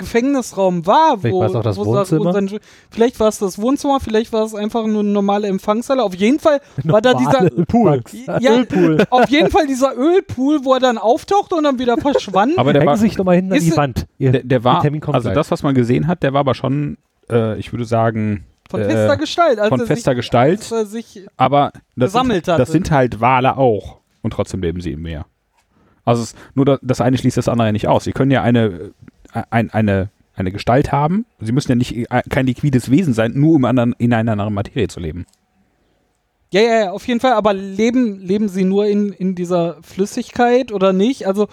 Speaker 2: Gefängnisraum war,
Speaker 6: Vielleicht
Speaker 2: wo,
Speaker 6: war es auch das
Speaker 2: wo Saru
Speaker 6: Wohnzimmer.
Speaker 2: sein- vielleicht war es das Wohnzimmer, vielleicht war es einfach nur eine normale Empfangshalle. Auf jeden Fall war da dieser
Speaker 4: Ein Pool.
Speaker 5: (laughs)
Speaker 2: ja,
Speaker 4: Ölpool.
Speaker 2: auf jeden Fall dieser Ölpool, wo er dann auftauchte und dann wieder verschwand.
Speaker 5: Aber der
Speaker 6: Hängen
Speaker 5: war,
Speaker 6: Sie sich nochmal hinten an
Speaker 2: Ist
Speaker 6: die
Speaker 2: es-
Speaker 6: Wand. Ihr,
Speaker 5: der, der war
Speaker 6: Termin kommt
Speaker 5: also
Speaker 6: gleich.
Speaker 5: das, was man gesehen hat, der war aber schon, äh, ich würde sagen,
Speaker 2: von
Speaker 5: äh,
Speaker 2: fester Gestalt. Als
Speaker 5: von
Speaker 2: er
Speaker 5: fester
Speaker 2: sich, Als
Speaker 5: Gestalt.
Speaker 2: er sich,
Speaker 5: Aber das
Speaker 2: gesammelt
Speaker 5: sind,
Speaker 2: hatte.
Speaker 5: das sind halt Wale auch. Und trotzdem leben sie im Meer. Also es, nur das, das eine schließt das andere ja nicht aus. Sie können ja eine, äh, ein, eine, eine Gestalt haben. Sie müssen ja nicht äh, kein liquides Wesen sein, nur um anderen, in einer anderen Materie zu leben.
Speaker 2: ja, ja, ja, auf jeden Fall. Aber leben, leben sie nur in, in dieser Flüssigkeit oder nicht? Also,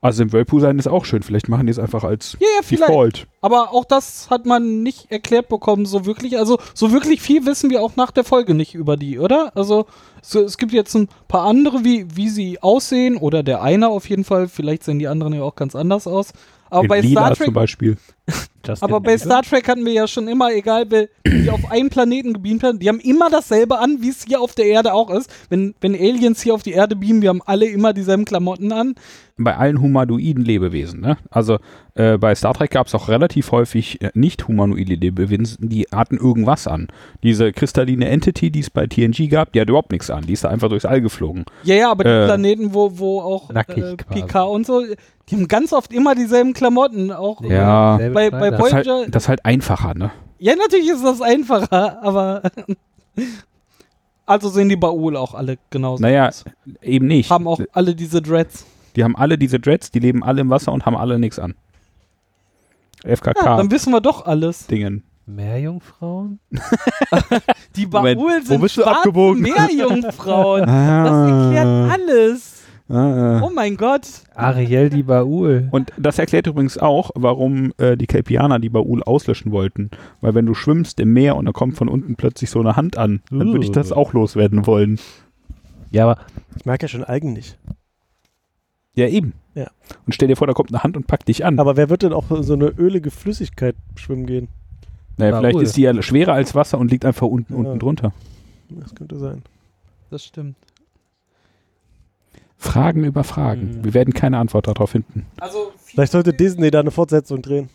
Speaker 5: Also im Whirlpool sein ist auch schön. Vielleicht machen die es einfach als
Speaker 2: ja, ja, vielleicht.
Speaker 5: Default.
Speaker 2: Aber auch das hat man nicht erklärt bekommen, so wirklich. Also, so wirklich viel wissen wir auch nach der Folge nicht über die, oder? Also, so, es gibt jetzt ein paar andere, wie, wie sie aussehen, oder der eine auf jeden Fall. Vielleicht sehen die anderen ja auch ganz anders aus. Aber
Speaker 5: in
Speaker 2: bei
Speaker 5: Lila
Speaker 2: Star
Speaker 5: zum
Speaker 2: Trek.
Speaker 5: Beispiel.
Speaker 6: Justin
Speaker 2: Aber bei
Speaker 6: Bieber?
Speaker 2: Star Trek hatten wir ja schon immer, egal wer die auf einem Planeten gebeamt hat, die haben immer dasselbe an, wie es hier auf der Erde auch ist. Wenn, wenn Aliens hier auf die Erde beamen, wir haben alle immer dieselben Klamotten an.
Speaker 5: bei allen humanoiden Lebewesen. Ne? Also äh, bei Star Trek gab es auch relativ häufig äh, nicht humanoide Lebewesen, die hatten irgendwas an. Diese kristalline Entity, die es bei TNG gab, die hat überhaupt nichts an. Die ist da einfach durchs All geflogen.
Speaker 2: Ja, ja, aber die
Speaker 5: Äh,
Speaker 2: Planeten, wo, wo auch
Speaker 6: nackig
Speaker 2: äh,
Speaker 6: quasi.
Speaker 2: PK und so, die haben ganz oft immer dieselben Klamotten. Auch
Speaker 5: Ja.
Speaker 6: selbe
Speaker 2: bei-
Speaker 6: Schneider.
Speaker 2: bei
Speaker 5: Das ist
Speaker 2: Voyager-
Speaker 5: halt, das ist halt einfacher. Ne?
Speaker 2: ja, natürlich ist das einfacher, aber (laughs) also sehen die Baul auch alle genauso.
Speaker 5: Naja,
Speaker 2: aus.
Speaker 5: eben nicht.
Speaker 2: haben auch alle diese Dreads.
Speaker 5: die haben alle diese Dreads, die leben alle im Wasser und haben alle nichts an.
Speaker 2: Ja,
Speaker 5: FKK.
Speaker 2: dann wissen wir doch alles.
Speaker 5: Dingen.
Speaker 6: Meerjungfrauen?
Speaker 2: Die
Speaker 5: Moment,
Speaker 2: Baul
Speaker 4: wo
Speaker 2: sind
Speaker 4: bist du
Speaker 2: schwarze
Speaker 5: (laughs)
Speaker 4: abgebogen?
Speaker 2: Meerjungfrauen. Das erklärt
Speaker 5: Ah,
Speaker 2: alles.
Speaker 5: ah.
Speaker 2: Oh mein Gott.
Speaker 6: Ariel die Baul.
Speaker 5: Und das erklärt übrigens auch, warum äh, die Kelpianer die Baul auslöschen wollten. Weil wenn du schwimmst im Meer und da kommt von unten plötzlich so eine Hand an, dann würde ich das auch loswerden wollen.
Speaker 6: Ja, aber
Speaker 4: Ich mag ja schon Algen nicht.
Speaker 5: Ja, eben.
Speaker 4: Ja.
Speaker 5: Und stell dir vor, da kommt eine Hand und packt dich an.
Speaker 4: Aber wer wird denn auch so eine ölige Flüssigkeit schwimmen gehen?
Speaker 5: naja,
Speaker 6: Baul.
Speaker 5: vielleicht ist die ja schwerer als Wasser und liegt einfach unten,
Speaker 4: Ja.
Speaker 5: unten drunter.
Speaker 4: Das könnte sein.
Speaker 2: Das stimmt.
Speaker 5: Fragen über Fragen.
Speaker 4: Mhm.
Speaker 5: Wir werden keine Antwort darauf finden.
Speaker 2: Also
Speaker 4: Vielleicht sollte Disney da eine Fortsetzung drehen.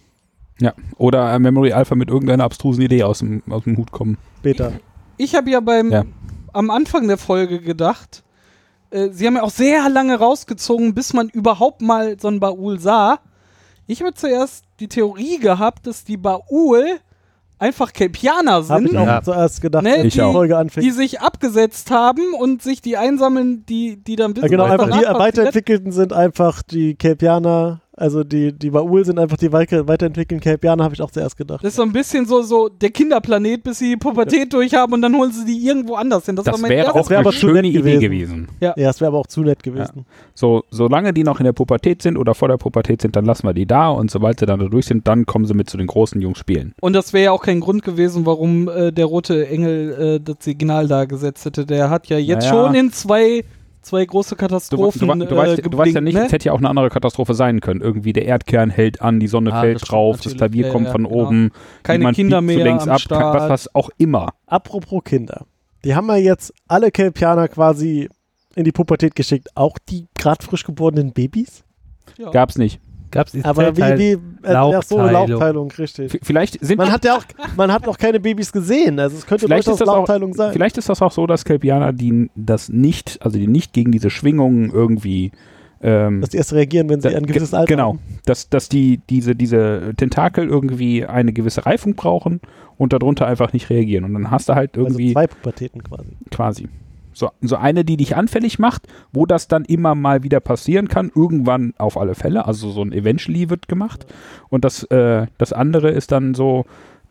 Speaker 5: Ja. Oder äh, Memory Alpha mit irgendeiner abstrusen Idee aus dem, aus dem Hut kommen.
Speaker 4: Beta.
Speaker 2: Ich habe ja beim
Speaker 5: Ja.
Speaker 2: am Anfang der Folge gedacht, äh, sie haben ja auch sehr lange rausgezogen, bis man überhaupt mal so einen Baul sah. Ich habe zuerst die Theorie gehabt, dass die Baul einfach Kelpianer
Speaker 4: Habe ich
Speaker 2: sind,
Speaker 4: auch
Speaker 6: Ja.
Speaker 4: zuerst gedacht,
Speaker 2: Ne,
Speaker 4: als
Speaker 5: Ich
Speaker 4: die
Speaker 5: auch.
Speaker 4: Folge anfängt.
Speaker 2: die sich abgesetzt haben und sich die einsammeln, die, die dann
Speaker 4: Ja,
Speaker 2: wissen,
Speaker 4: genau,
Speaker 2: was
Speaker 4: einfach
Speaker 2: danach
Speaker 4: die
Speaker 2: passiert.
Speaker 4: weiterentwickelten sind einfach die Kelpianer, also die, die Baul sind einfach die weike- weiterentwickelten Kelpianer, habe ich auch zuerst gedacht.
Speaker 2: Das ist so ein bisschen so, so der Kinderplanet, bis sie die Pubertät durchhaben und dann holen sie die irgendwo anders hin. Das, war
Speaker 5: Das
Speaker 2: mein
Speaker 5: wäre
Speaker 2: erstes-
Speaker 5: auch
Speaker 4: Das wär
Speaker 5: eine
Speaker 4: aber zu
Speaker 5: schöne
Speaker 4: nett
Speaker 5: Idee gewesen.
Speaker 4: gewesen. ja, das wäre aber auch zu nett gewesen.
Speaker 5: So, solange die noch in der Pubertät sind oder vor der Pubertät sind, dann lassen wir die da und sobald sie dann da durch sind, dann kommen sie mit zu den großen Jungs spielen.
Speaker 2: Und das wäre ja auch kein Grund gewesen, warum äh, der rote Engel äh, das Signal da gesetzt hätte. Der hat ja jetzt
Speaker 5: Naja.
Speaker 2: schon in zwei, zwei große
Speaker 5: Du, du,
Speaker 2: Katastrophen.
Speaker 5: du,
Speaker 2: äh,
Speaker 5: weißt, du weißt ja
Speaker 2: geblinkt,
Speaker 5: nicht,
Speaker 2: ne?
Speaker 5: es hätte ja auch eine andere Katastrophe sein können. Irgendwie der Erdkern hält an, die Sonne
Speaker 6: Ah,
Speaker 5: fällt
Speaker 6: das stimmt
Speaker 5: drauf, das
Speaker 2: natürlich.
Speaker 5: Klavier
Speaker 2: Ja,
Speaker 5: kommt
Speaker 2: ja,
Speaker 5: von
Speaker 2: genau.
Speaker 5: oben,
Speaker 2: Keine
Speaker 5: jemand
Speaker 2: Kinder
Speaker 5: biegt
Speaker 2: mehr
Speaker 5: längst
Speaker 2: am
Speaker 5: ab,
Speaker 2: Start.
Speaker 5: was, was auch immer.
Speaker 4: Apropos Kinder. Die haben ja jetzt alle Kelpianer quasi in die Pubertät geschickt, auch die gerade frisch geborenen Babys.
Speaker 2: Ja.
Speaker 5: Gab's nicht.
Speaker 6: gab's halt die
Speaker 5: halt
Speaker 4: Aber
Speaker 6: Zellteil-
Speaker 4: wie, wie ach so,
Speaker 6: Laubteilung.
Speaker 4: Laubteilung, richtig.
Speaker 5: V vielleicht sind
Speaker 4: Man hat ja auch, man hat noch keine Babys gesehen, also es könnte
Speaker 5: Vielleicht
Speaker 4: durchaus
Speaker 5: ist, das auch,
Speaker 4: Laubteilung sein.
Speaker 5: vielleicht ist das auch so, dass Kelpianer die das nicht, also die nicht gegen diese Schwingungen irgendwie ähm,
Speaker 4: Dass die erst reagieren, wenn sie
Speaker 5: Da-
Speaker 4: ein
Speaker 5: ge-
Speaker 4: gewisses Alter
Speaker 5: Genau,
Speaker 4: haben.
Speaker 5: dass, dass die, diese, diese Tentakel irgendwie eine gewisse Reifung brauchen und darunter einfach nicht reagieren. Und dann hast du halt
Speaker 4: Also
Speaker 5: irgendwie
Speaker 4: zwei Pubertäten quasi.
Speaker 5: quasi. So, so eine, die dich anfällig macht, wo das dann immer mal wieder passieren kann, irgendwann auf alle Fälle. Also so ein Eventually wird gemacht. Und das, äh, das andere ist dann so,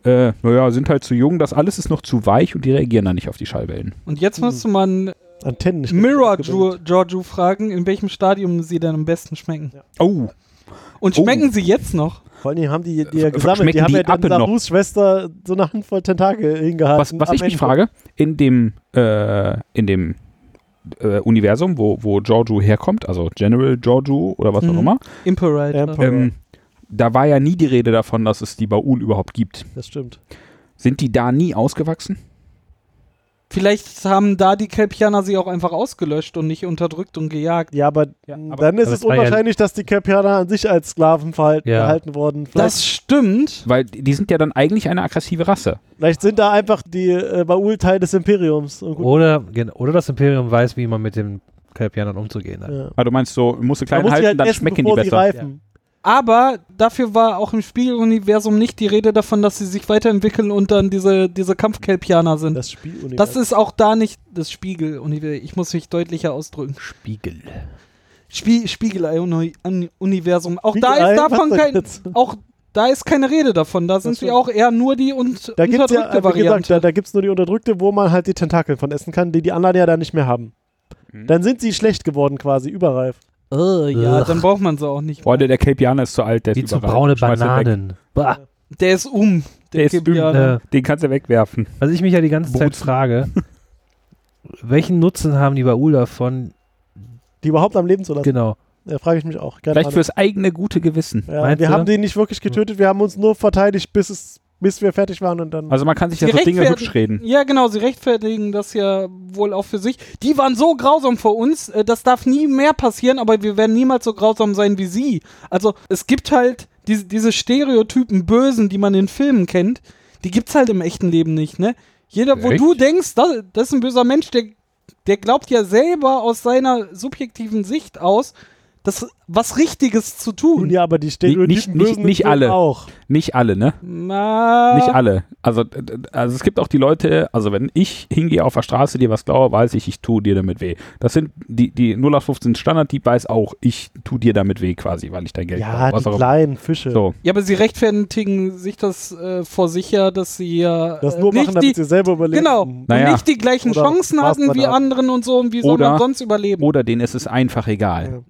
Speaker 5: äh, naja, sind halt zu jung, das alles ist noch zu weich und die reagieren dann nicht auf die Schallwellen.
Speaker 2: Und jetzt müsste man
Speaker 4: Antennen.
Speaker 2: Mirror Ju- Giorgio fragen, in welchem Stadium sie denn am besten schmecken.
Speaker 5: Oh,
Speaker 2: Und
Speaker 5: Oh.
Speaker 2: schmecken sie jetzt noch?
Speaker 4: Vor allen Dingen haben die, die ja gesammelt.
Speaker 5: schmecken
Speaker 4: Die haben
Speaker 5: die
Speaker 4: ja dann
Speaker 5: Appen noch?
Speaker 4: Sarus Schwester so eine Handvoll Tentakel hingehalten.
Speaker 5: was, was
Speaker 4: Am
Speaker 5: ich mich
Speaker 4: Ende.
Speaker 5: frage, in dem, äh, in dem äh, Universum, wo, wo Giorgio herkommt, also General Giorgio oder was
Speaker 2: Mhm.
Speaker 5: auch immer,
Speaker 2: Imperator.
Speaker 4: Emperor.
Speaker 5: ähm, da war ja nie die Rede davon, dass es die Baul überhaupt gibt.
Speaker 4: Das stimmt.
Speaker 5: Sind die da nie ausgewachsen?
Speaker 2: Vielleicht haben da die Kelpianer sie auch einfach ausgelöscht und nicht unterdrückt und gejagt.
Speaker 4: Ja, aber,
Speaker 5: Ja,
Speaker 4: mh,
Speaker 5: aber-
Speaker 4: dann ist
Speaker 6: aber
Speaker 4: es
Speaker 6: es war ja-
Speaker 4: unwahrscheinlich, dass die Kelpianer an sich als Sklaven verhalten,
Speaker 6: Ja.
Speaker 4: gehalten wurden. Vielleicht,
Speaker 2: Das stimmt.
Speaker 5: Weil die die sind ja dann eigentlich eine aggressive Rasse.
Speaker 4: vielleicht sind da einfach die äh, Baul Teil des Imperiums. Und
Speaker 5: Oh.
Speaker 4: gut,
Speaker 6: Oder, gen- oder das Imperium weiß, wie man mit den Kelpianern umzugehen hat.
Speaker 4: ja.
Speaker 5: Ah, du meinst so, musst du
Speaker 4: Man
Speaker 5: klein
Speaker 4: muss
Speaker 5: halten,
Speaker 4: die halt
Speaker 5: dann
Speaker 4: essen,
Speaker 5: schmecken die
Speaker 4: bevor sie
Speaker 5: besser.
Speaker 4: reifen.
Speaker 2: Aber dafür war auch im Spieluniversum nicht die Rede davon, dass sie sich weiterentwickeln und dann diese, diese Kampfkelpianer sind.
Speaker 4: Das Spieluniversum.
Speaker 2: Das ist auch da nicht das Spiegeluniversum. Ich muss mich deutlicher ausdrücken.
Speaker 6: Spiegel.
Speaker 2: Spie Spiegelei-Universum. Auch da
Speaker 4: Spiegelei?
Speaker 2: ist davon
Speaker 4: Was
Speaker 2: kein.
Speaker 4: jetzt?
Speaker 2: Auch da ist keine Rede davon. Da sind sie
Speaker 4: stimmt.
Speaker 2: auch eher nur die und
Speaker 4: Da gibt es
Speaker 2: unterdrückte
Speaker 4: ja, äh, wie gesagt,
Speaker 2: Variante.
Speaker 4: da, da gibt's nur die Unterdrückte, wo man halt die Tentakel von essen kann, die die anderen ja dann nicht mehr haben.
Speaker 5: Mhm.
Speaker 4: Dann sind sie schlecht geworden quasi, überreif.
Speaker 2: Äh, ja,
Speaker 6: Ugh.
Speaker 2: dann braucht man sie auch nicht.
Speaker 5: Heute der Kelpianer ist zu alt, der
Speaker 6: Wie
Speaker 5: ist
Speaker 6: zu
Speaker 5: überall.
Speaker 6: braune
Speaker 5: Schmeiß ihn Weg.
Speaker 6: Bananen. Bah.
Speaker 2: Der ist um.
Speaker 5: Der ist
Speaker 2: Kepianer.
Speaker 6: Äh,
Speaker 5: Den kannst du wegwerfen.
Speaker 6: was ich mich ja die ganze Zeit
Speaker 5: Bozen.
Speaker 6: frage, welchen Nutzen haben die Baul davon?
Speaker 4: Die überhaupt am Leben zu lassen.
Speaker 6: Genau.
Speaker 4: Da frage ich mich auch. Keine
Speaker 5: Vielleicht
Speaker 4: Ahnung.
Speaker 5: fürs eigene gute Gewissen.
Speaker 4: ja,
Speaker 6: Meinst
Speaker 4: wir
Speaker 6: du?
Speaker 4: haben die nicht wirklich getötet, wir haben uns nur verteidigt, bis, es, bis wir fertig waren und dann.
Speaker 5: Also man kann sich ja
Speaker 2: Die
Speaker 5: so Dinge
Speaker 2: rechtfertigen-
Speaker 5: hübsch reden.
Speaker 2: Ja, genau, sie rechtfertigen das ja wohl auch für sich. Die waren so grausam vor uns, äh, das darf nie mehr passieren, aber wir werden niemals so grausam sein wie sie. Also es gibt halt diese, diese Stereotypen Bösen, die man in Filmen kennt, die gibt's halt im echten Leben nicht, ne? Jeder, wo
Speaker 5: Echt?
Speaker 2: du denkst, das, das ist ein böser Mensch, der, der glaubt ja selber aus seiner subjektiven Sicht aus, das was Richtiges zu tun.
Speaker 4: ja, aber die Stereotypen
Speaker 5: Nicht- nicht-
Speaker 4: Bösen
Speaker 5: nicht
Speaker 4: sind
Speaker 5: alle.
Speaker 4: auch.
Speaker 5: Nicht alle, ne?
Speaker 2: Na,
Speaker 5: Nicht alle. Also, d- d- also es gibt auch die Leute, also wenn ich hingehe auf der Straße, dir was glaube, weiß ich, ich tue dir damit weh. Das sind die, die 0815 Standard, die weiß auch, ich tue dir damit weh quasi, weil ich dein Geld
Speaker 4: Ja,
Speaker 5: brauche, was
Speaker 4: die
Speaker 5: auch immer.
Speaker 4: kleinen Fische.
Speaker 5: So,
Speaker 2: ja, aber sie rechtfertigen sich das äh, vor sich ja, dass sie ja
Speaker 4: Das
Speaker 2: äh,
Speaker 4: nur machen,
Speaker 2: nicht die,
Speaker 4: damit sie selber überleben.
Speaker 2: Genau.
Speaker 5: Naja.
Speaker 2: Und nicht die gleichen
Speaker 4: Oder
Speaker 2: Chancen
Speaker 4: war's
Speaker 2: hatten
Speaker 4: mal
Speaker 2: wie
Speaker 4: da.
Speaker 2: anderen und so und wie soll
Speaker 5: Oder-
Speaker 2: man sonst überleben?
Speaker 5: oder denen ist es einfach egal.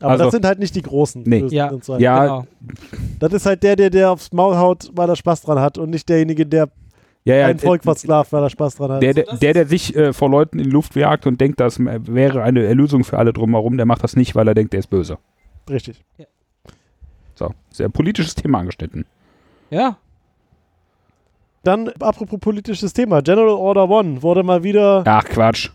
Speaker 4: Aber
Speaker 5: Also-
Speaker 4: das sind halt nicht die großen.
Speaker 5: Nee.
Speaker 4: Bösen
Speaker 2: Ja.
Speaker 4: und so.
Speaker 5: Ja,
Speaker 2: Genau.
Speaker 4: Das ist halt der, der, der aufs Maul haut, weil er Spaß dran hat und nicht derjenige, der
Speaker 5: Ja, ja,
Speaker 4: ein Volk versklavt, weil er Spaß dran hat.
Speaker 5: der, der,
Speaker 2: Also das
Speaker 5: der, der sich äh, vor Leuten in die Luft jagt und denkt, das m- wäre eine Erlösung für alle drumherum, der macht das nicht, weil er denkt, der ist böse.
Speaker 4: Richtig.
Speaker 5: So, sehr politisches Thema angeschnitten.
Speaker 2: Ja.
Speaker 4: Dann, apropos politisches Thema, General Order One wurde mal wieder
Speaker 5: Ach, Quatsch.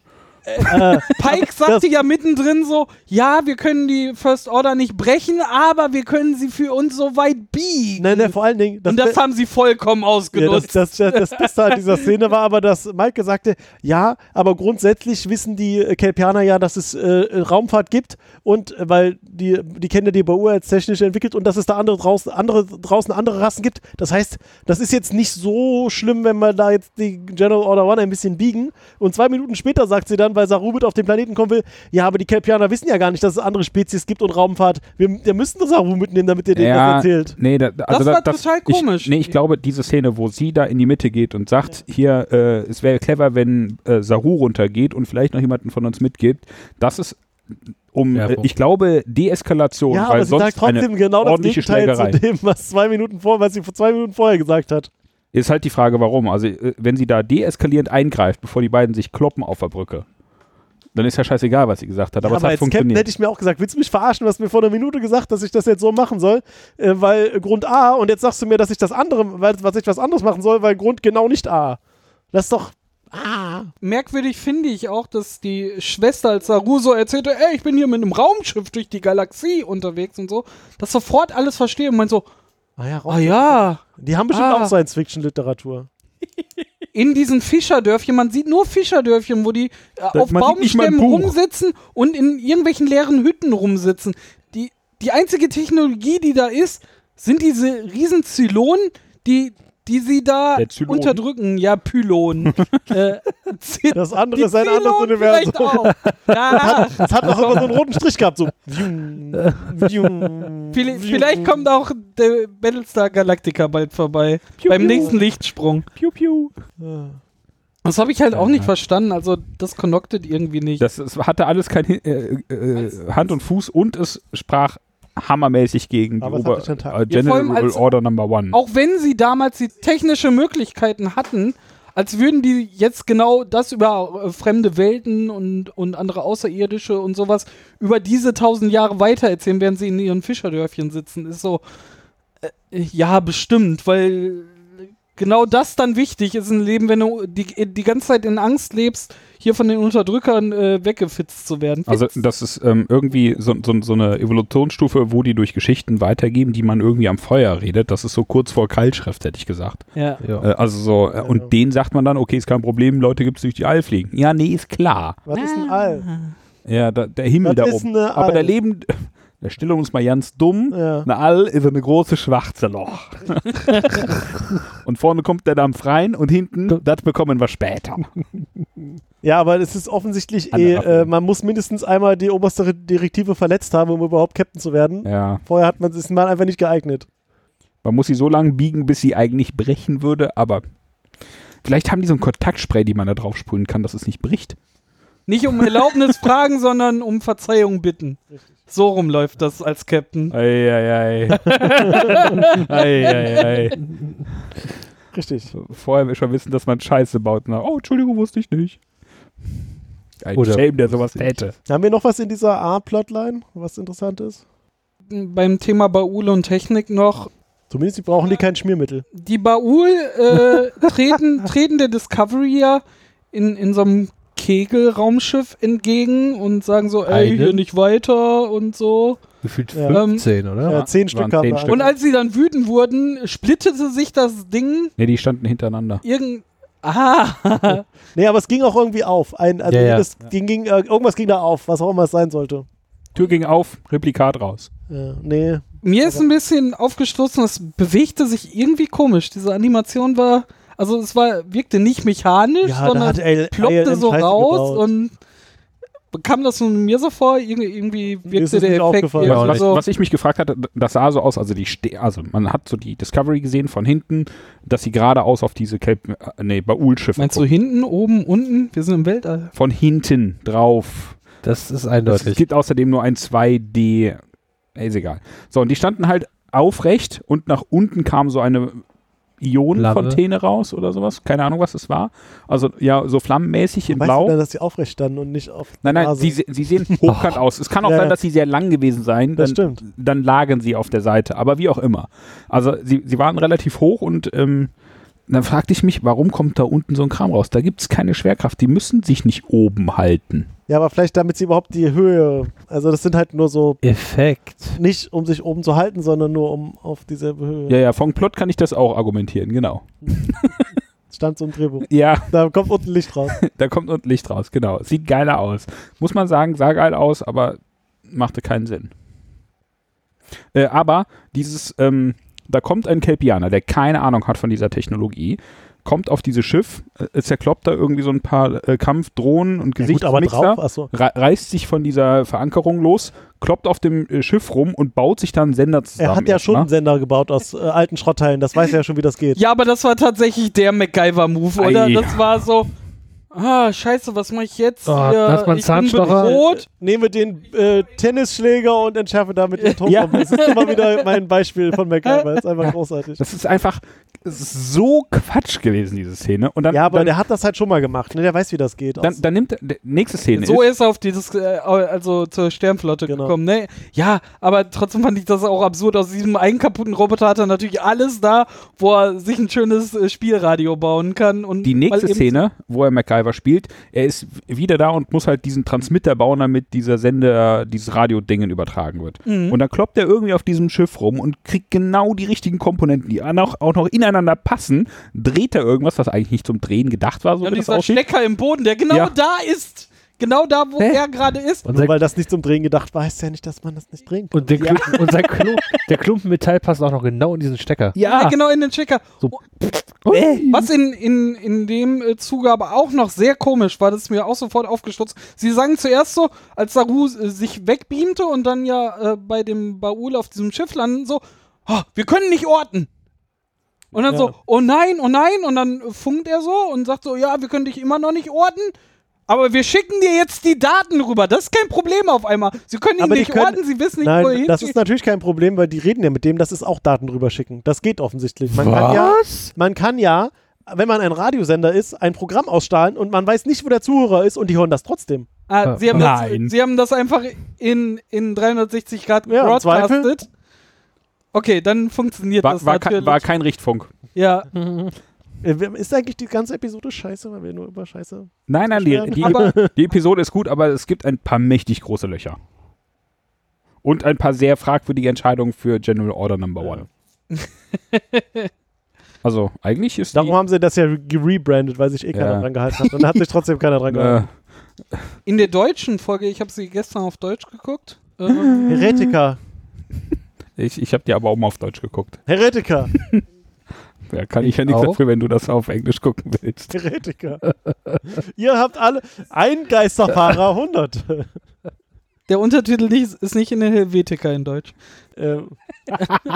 Speaker 4: äh, (laughs)
Speaker 2: Pike sagte ja mittendrin so, ja, wir können die First Order nicht brechen, aber wir können sie für uns so weit biegen.
Speaker 4: Nein, nein, vor allen Dingen.
Speaker 2: und das haben sie vollkommen
Speaker 4: ja, das,
Speaker 2: ausgenutzt.
Speaker 4: das, das, das Beste an dieser Szene war aber, dass Maike sagte, ja, aber grundsätzlich wissen die äh, Kelpianer ja, dass es äh, Raumfahrt gibt und äh, weil die, die kennen ja die BU als technisch entwickelt und dass es da andere draußen, andere draußen andere Rassen gibt. Das heißt, das ist jetzt nicht so schlimm, wenn wir da jetzt die General Order One ein bisschen biegen. Und zwei Minuten später sagt sie dann, weil Sarubit auf den Planeten kommen will, ja, aber die Kelpianer wissen ja gar nicht, dass es andere Spezies gibt und Raumfahrt. Wir, wir müssen das Saru mitnehmen, damit ihr denen das erzählt.
Speaker 5: Nee, da, also
Speaker 2: Das war
Speaker 5: da,
Speaker 2: total
Speaker 5: ich,
Speaker 2: komisch.
Speaker 5: Nee, ich glaube, diese Szene, wo sie da in die Mitte geht und sagt, hier, äh, es wäre clever, wenn äh, Saru runtergeht und vielleicht noch jemanden von uns mitgibt, das ist um,
Speaker 6: Ja,
Speaker 5: äh,
Speaker 6: Punkt.
Speaker 5: ich glaube, Deeskalation,
Speaker 4: Ja,
Speaker 5: weil
Speaker 4: aber sie
Speaker 5: sonst
Speaker 4: sagt trotzdem
Speaker 5: eine
Speaker 4: genau das
Speaker 5: ordentliche
Speaker 4: Gegenteil
Speaker 5: Schlägerei.
Speaker 4: zu dem, was zwei Minuten vor, was sie vor zwei Minuten vorher gesagt hat.
Speaker 5: Ist halt die Frage, warum. Also, äh, wenn sie da deeskalierend eingreift, bevor die beiden sich kloppen auf der Brücke, dann ist ja scheißegal, was sie gesagt hat. Aber
Speaker 4: Ja,
Speaker 5: es hat
Speaker 4: als Captain
Speaker 5: funktioniert.
Speaker 4: hätte ich mir auch gesagt, willst du mich verarschen, was mir vor einer Minute gesagt, dass ich das jetzt so machen soll, äh, weil Grund A und jetzt sagst du mir, dass ich das andere, weil was ich was anderes machen soll, weil Grund genau nicht A. Das ist doch A.
Speaker 2: Merkwürdig finde ich auch, dass die Schwester als Saru so erzählte, ey, ich bin hier mit einem Raumschiff durch die Galaxie unterwegs und so, das sofort alles verstehe und meint so,
Speaker 4: Ah ja,
Speaker 2: ah ja,
Speaker 4: Die haben bestimmt
Speaker 2: Ah.
Speaker 4: auch Science-Fiction-Literatur.
Speaker 2: in diesen Fischerdörfchen. Man sieht nur Fischerdörfchen, wo die äh, auf
Speaker 5: man sieht nicht mal ein
Speaker 2: Baumstämmen
Speaker 5: Buch.
Speaker 2: rumsitzen und in irgendwelchen leeren Hütten rumsitzen. Die, die einzige Technologie, die da ist, sind diese riesen Zylonen, die die sie da
Speaker 5: Der Zylon.
Speaker 2: unterdrücken. Ja,
Speaker 5: (laughs)
Speaker 2: Pylon. äh, Zy-
Speaker 4: Das andere
Speaker 2: die
Speaker 4: ist ein anderes
Speaker 2: Zylon vielleicht
Speaker 4: Universum. (laughs)
Speaker 2: auch. Ja,
Speaker 4: Es hat auch immer so einen roten Strich gehabt, so. Vium, vium,
Speaker 2: vielleicht,
Speaker 4: vium.
Speaker 2: vielleicht kommt auch der Battlestar Galactica bald vorbei. beim nächsten Lichtsprung.
Speaker 5: Piu, piu.
Speaker 4: Äh,
Speaker 2: Das habe ich halt auch nicht
Speaker 5: Ja.
Speaker 2: verstanden. Also, das connected irgendwie nicht.
Speaker 5: Das, es hatte alles kein Hin- äh, äh, Hand und Fuß und es sprach hammermäßig gegen die
Speaker 4: Aber es
Speaker 5: Ober
Speaker 4: hatte Tentakel.
Speaker 5: äh,
Speaker 2: Ja, vor
Speaker 5: General
Speaker 2: allem als-
Speaker 5: Order Number One.
Speaker 2: auch wenn sie damals die technische Möglichkeiten hatten, als würden die jetzt genau das über äh, fremde Welten und, und andere Außerirdische und sowas über diese tausend Jahre weitererzählen, während sie in ihren Fischerdörfchen sitzen, ist so, äh, ja, bestimmt, weil genau das dann wichtig ist im Leben, wenn du die, die ganze Zeit in Angst lebst, hier von den Unterdrückern äh, weggefitzt zu werden.
Speaker 5: Also das ist ähm, irgendwie so, so, so eine Evolutionsstufe, wo die durch Geschichten weitergeben, die man irgendwie am Feuer redet. Das ist so kurz vor Keilschrift, hätte ich gesagt.
Speaker 2: ja.
Speaker 6: Ja.
Speaker 5: Äh, also so, äh, und denen sagt man dann, okay, ist kein Problem, Leute gibt es durch die Eilfliegen. Ja, nee, ist klar.
Speaker 4: Was ist
Speaker 2: Ah.
Speaker 4: ein All?
Speaker 5: Ja, da, der Himmel
Speaker 4: Das
Speaker 5: Hm, da
Speaker 4: ist
Speaker 5: oben.
Speaker 4: eine
Speaker 5: Aber
Speaker 4: Al.
Speaker 5: der Leben, (laughs) der Stellung ist mal ganz dumm.
Speaker 4: Ja.
Speaker 5: Eine All ist eine große schwarze (laughs) Loch. und vorne kommt der Dampf rein und hinten, das bekommen wir später.
Speaker 4: Ja, aber es ist offensichtlich eh,
Speaker 5: Andere Affen.
Speaker 4: äh, man muss mindestens einmal die oberste Re- Direktive verletzt haben, um überhaupt Captain zu werden.
Speaker 5: Ja,
Speaker 4: Vorher hat man es mal einfach nicht geeignet.
Speaker 5: man muss sie so lange biegen, bis sie eigentlich brechen würde, aber vielleicht haben die so ein Kontaktspray, die man da drauf sprühen kann, dass es nicht bricht.
Speaker 2: Nicht um Erlaubnis fragen, (laughs) sondern um Verzeihung bitten. So rum läuft das als Captain.
Speaker 5: (laughs) Eieiei. Eieiei.
Speaker 4: Richtig.
Speaker 5: Vorher will schon wissen, dass man Scheiße baut. Na, oh, Entschuldigung, wusste ich nicht. Ein
Speaker 6: Oder-
Speaker 5: Shame, der sowas täte.
Speaker 4: Haben wir noch was in dieser A-Plotline, was interessant ist?
Speaker 2: beim Thema Baul und Technik noch.
Speaker 4: Zumindest die brauchen die kein Schmiermittel.
Speaker 2: Die Baul
Speaker 4: (laughs)
Speaker 2: äh, treten, treten der Discovery ja in, in so einem Kegelraumschiff entgegen und sagen so, ey,
Speaker 6: Eine?
Speaker 2: hier nicht weiter und so. Ähm,
Speaker 6: Gefühlt
Speaker 4: Ja.
Speaker 6: 15, Äh, oder?
Speaker 4: Ja, zehn
Speaker 5: waren
Speaker 4: Stück
Speaker 5: zehn
Speaker 4: haben wir.
Speaker 5: Stück.
Speaker 2: Und als sie dann wütend wurden, splittete sich das Ding
Speaker 5: Ne, die standen hintereinander.
Speaker 2: irgend... Ah,
Speaker 4: Nee, aber es ging auch irgendwie auf. Ein, also
Speaker 6: Ja, ja.
Speaker 4: jedes, Ging, ging, äh, irgendwas ging da auf, was auch immer es sein sollte.
Speaker 5: Tür ging auf, Replikat raus.
Speaker 4: Ja, nee.
Speaker 2: mir ist ein bisschen aufgestoßen, es bewegte sich irgendwie komisch. Diese Animation war, also es war, wirkte nicht mechanisch,
Speaker 4: Ja, da
Speaker 2: sondern
Speaker 4: hat L
Speaker 2: ploppte
Speaker 4: ILM
Speaker 2: so
Speaker 4: Scheiße
Speaker 2: raus
Speaker 4: gebaut.
Speaker 2: und kam das nun mir so vor, irgendwie, irgendwie
Speaker 4: ist
Speaker 2: wirkte
Speaker 4: es nicht
Speaker 2: der Effekt
Speaker 4: aufgefallen.
Speaker 2: irgendwie
Speaker 5: Was, was,
Speaker 2: so.
Speaker 5: was ich mich gefragt hatte, das sah so aus, also die Ste also man hat so die Discovery gesehen von hinten, dass sie geradeaus auf diese Kelp, äh, nee, Baul-Schiffe
Speaker 2: Meinst du hinten, oben, unten? Wir sind im Weltall.
Speaker 5: von hinten drauf.
Speaker 6: Das ist
Speaker 5: Es
Speaker 6: eindeutig.
Speaker 5: gibt außerdem nur ein 2D. Ey, Ist egal. So, und die standen halt aufrecht und nach unten kam so eine Ionenfontäne raus oder sowas. Keine Ahnung, was es war. Also, ja, so flammenmäßig in
Speaker 4: Weißt
Speaker 5: Blau.
Speaker 4: du denn, dass die aufrecht standen und nicht auf
Speaker 5: Nein, nein,
Speaker 4: Nase? Oh.
Speaker 5: sie, se- sie
Speaker 4: (laughs)
Speaker 5: sehen hochkant aus. Es kann auch
Speaker 4: Ja,
Speaker 5: sein,
Speaker 4: ja.
Speaker 5: dass sie sehr lang gewesen seien.
Speaker 4: Das
Speaker 5: Dann,
Speaker 4: stimmt.
Speaker 5: dann lagen sie auf der Seite, aber wie auch immer. Also sie, sie waren relativ hoch und ähm, dann fragte ich mich, warum kommt da unten so ein Kram raus? Da gibt es keine Schwerkraft. Die müssen sich nicht oben halten.
Speaker 4: Ja, aber vielleicht damit sie überhaupt die Höhe, also das sind halt nur so,
Speaker 6: Effekt.
Speaker 4: nicht um sich oben zu halten, sondern nur um auf dieselbe Höhe.
Speaker 5: Ja, ja, vom Plot kann ich das auch argumentieren, genau.
Speaker 4: Stand so im Drehbuch.
Speaker 5: Ja,
Speaker 4: Da kommt unten Licht
Speaker 5: (laughs)
Speaker 4: raus.
Speaker 5: da kommt unten Licht raus, genau. Sieht geiler aus. Muss man sagen, sah geil aus, aber machte keinen Sinn. Äh, aber dieses, ähm, da kommt ein Kelpianer, der keine Ahnung hat von dieser Technologie, kommt auf dieses Schiff, äh, zerkloppt da irgendwie so ein paar äh, Kampfdrohnen und
Speaker 4: Ja, gut,
Speaker 5: Gesichtsmixer,
Speaker 4: aber drauf, also achso.
Speaker 5: rei- reißt sich von dieser Verankerung los, kloppt auf dem äh, Schiff rum und baut sich dann einen Sender zusammen. ne?
Speaker 4: Er hat ja schon
Speaker 5: erstmal.
Speaker 4: einen Sender gebaut aus äh, alten Schrottteilen, das weiß er ja schon, wie das geht.
Speaker 2: Ja, aber das war tatsächlich der MacGyver-Move, oder?
Speaker 5: Ei.
Speaker 2: Das war so, ah, scheiße, was mache ich jetzt?
Speaker 5: Ah,
Speaker 6: Oh,
Speaker 2: Hier,
Speaker 6: das war ein
Speaker 2: ich bin
Speaker 6: Zahnstocher.
Speaker 2: bedroht.
Speaker 4: Nehme den äh, Tennisschläger und entschärfe damit den Ton.
Speaker 5: Ja.
Speaker 4: Das ist immer
Speaker 5: (laughs)
Speaker 4: wieder mein Beispiel von MacGyver. Das ist einfach großartig.
Speaker 5: Das ist einfach es ist so Quatsch gewesen, diese Szene. Und dann,
Speaker 4: Ja, aber
Speaker 5: dann,
Speaker 4: der hat das halt schon mal gemacht. Ne? Der weiß, wie das geht.
Speaker 5: dann, dann nimmt, der- nächste Szene
Speaker 2: So
Speaker 5: ist,
Speaker 2: ist er auf dieses, äh, also zur Sternflotte
Speaker 4: Genau.
Speaker 2: gekommen, ne? Ja, aber trotzdem fand ich das auch absurd. Aus diesem einen kaputten Roboter hat er natürlich alles da, wo er sich ein schönes äh, Spielradio bauen kann. Und
Speaker 5: die nächste
Speaker 2: mal eben-
Speaker 5: Szene, wo er MacGyver spielt, er ist wieder da und muss halt diesen Transmitter bauen, damit dieser Sender dieses Radio-Dingen übertragen wird.
Speaker 2: Mhm.
Speaker 5: Und dann kloppt er irgendwie auf diesem Schiff rum und kriegt genau die richtigen Komponenten, die auch noch, auch noch ineinander passen, dreht er irgendwas, was eigentlich nicht zum Drehen gedacht war, so
Speaker 2: Ja,
Speaker 5: wie
Speaker 2: und
Speaker 5: das
Speaker 2: dieser
Speaker 5: aussieht.
Speaker 2: Stecker im Boden, der genau
Speaker 5: Ja.
Speaker 2: da ist. Genau da, wo
Speaker 6: Hä?
Speaker 2: er gerade ist.
Speaker 6: Und
Speaker 4: Nur
Speaker 6: sein,
Speaker 4: weil das nicht zum Drehen gedacht war, heißt ja nicht, dass man das nicht drehen kann.
Speaker 6: und der, Klumpen, und sein Klumpen, der Klumpen Metall passt auch noch genau in diesen Stecker.
Speaker 2: Ja, genau in den Checker.
Speaker 5: Äh,
Speaker 2: Was in, in, in dem äh, Zuge aber auch noch sehr komisch war, das ist mir auch sofort aufgestutzt. Sie sangen zuerst so, als Saru äh, sich wegbeamte und dann ja äh, bei dem Baul auf diesem Schiff landen, so, "Ah, wir können nicht orten. Und dann
Speaker 4: Ja.
Speaker 2: so, oh nein, oh nein, und dann äh, funkt er so und sagt so, ja, wir können dich immer noch nicht orten. Aber wir schicken dir jetzt die Daten rüber. Das ist kein Problem auf einmal. Sie können ihn
Speaker 4: Aber die
Speaker 2: nicht
Speaker 4: können-
Speaker 2: orten, sie wissen nicht, wo er
Speaker 4: Nein,
Speaker 2: hin.
Speaker 4: das ist natürlich kein Problem, weil die reden ja mit dem, das ist auch Daten drüber schicken. Das geht offensichtlich. Man kann ja, man kann ja, wenn man ein Radiosender ist, ein Programm ausstrahlen und man weiß nicht, wo der Zuhörer ist und die hören das trotzdem.
Speaker 2: Ah,
Speaker 6: Ah,
Speaker 2: sie, haben
Speaker 5: nein.
Speaker 2: Das, sie haben das einfach in, in 360 Grad
Speaker 4: Ja, im
Speaker 2: broadcastet. Okay, dann funktioniert
Speaker 5: War,
Speaker 2: das
Speaker 5: war,
Speaker 2: natürlich.
Speaker 5: kein, war kein Richtfunk.
Speaker 2: ja,
Speaker 4: Äh, wir- Ist eigentlich die ganze Episode scheiße, weil wir nur über Scheiße.
Speaker 5: Nein, nein, die, die,
Speaker 2: aber
Speaker 5: die Episode ist gut, aber es gibt ein paar mächtig große Löcher. Und ein paar sehr fragwürdige Entscheidungen für General Order Number (laughs) One. also, eigentlich ist
Speaker 4: Darum haben sie das ja gerebrandet, weil sich eh keiner
Speaker 5: Ja.
Speaker 4: dran gehalten hat. Und da hat sich trotzdem keiner dran
Speaker 5: die,
Speaker 4: gehalten.
Speaker 5: äh,
Speaker 2: in der deutschen Folge, ich habe sie gestern auf Deutsch geguckt.
Speaker 4: (laughs)
Speaker 2: Äh,
Speaker 4: Heretiker.
Speaker 5: äh, Ich, ich habe die aber auch mal auf Deutsch geguckt.
Speaker 4: Heretiker.
Speaker 5: Da kann ich,
Speaker 6: Ich
Speaker 5: ja nichts
Speaker 6: auch.
Speaker 5: dafür, wenn du das auf Englisch gucken willst.
Speaker 4: Heretiker. Ihr habt alle ein Geisterfahrer 100.
Speaker 2: der Untertitel nicht, ist nicht in der Helvetica in Deutsch.
Speaker 4: Ähm. (laughs)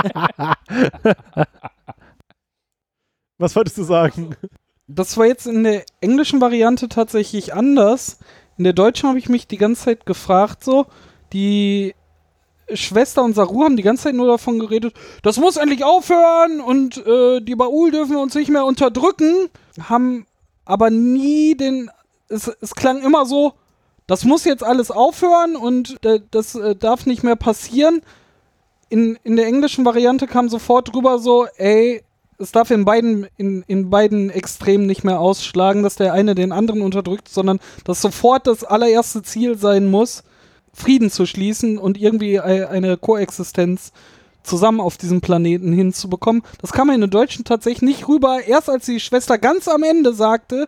Speaker 4: Was wolltest du sagen?
Speaker 2: Das war jetzt in der englischen Variante tatsächlich anders. In der deutschen habe ich mich die ganze Zeit gefragt, so, die Schwester und Saru haben die ganze Zeit nur davon geredet, das muss endlich aufhören und äh, die Baul dürfen uns nicht mehr unterdrücken, haben aber nie den, es, es klang immer so, das muss jetzt alles aufhören und äh, das äh, darf nicht mehr passieren. In, in der englischen Variante kam sofort drüber so, ey, es darf in beiden, in, in beiden Extremen nicht mehr ausschlagen, dass der eine den anderen unterdrückt, sondern dass sofort das allererste Ziel sein muss, Frieden zu schließen und irgendwie ei- eine Koexistenz zusammen auf diesem Planeten hinzubekommen. Das kam in den Deutschen tatsächlich nicht rüber. Erst als die Schwester ganz am Ende sagte,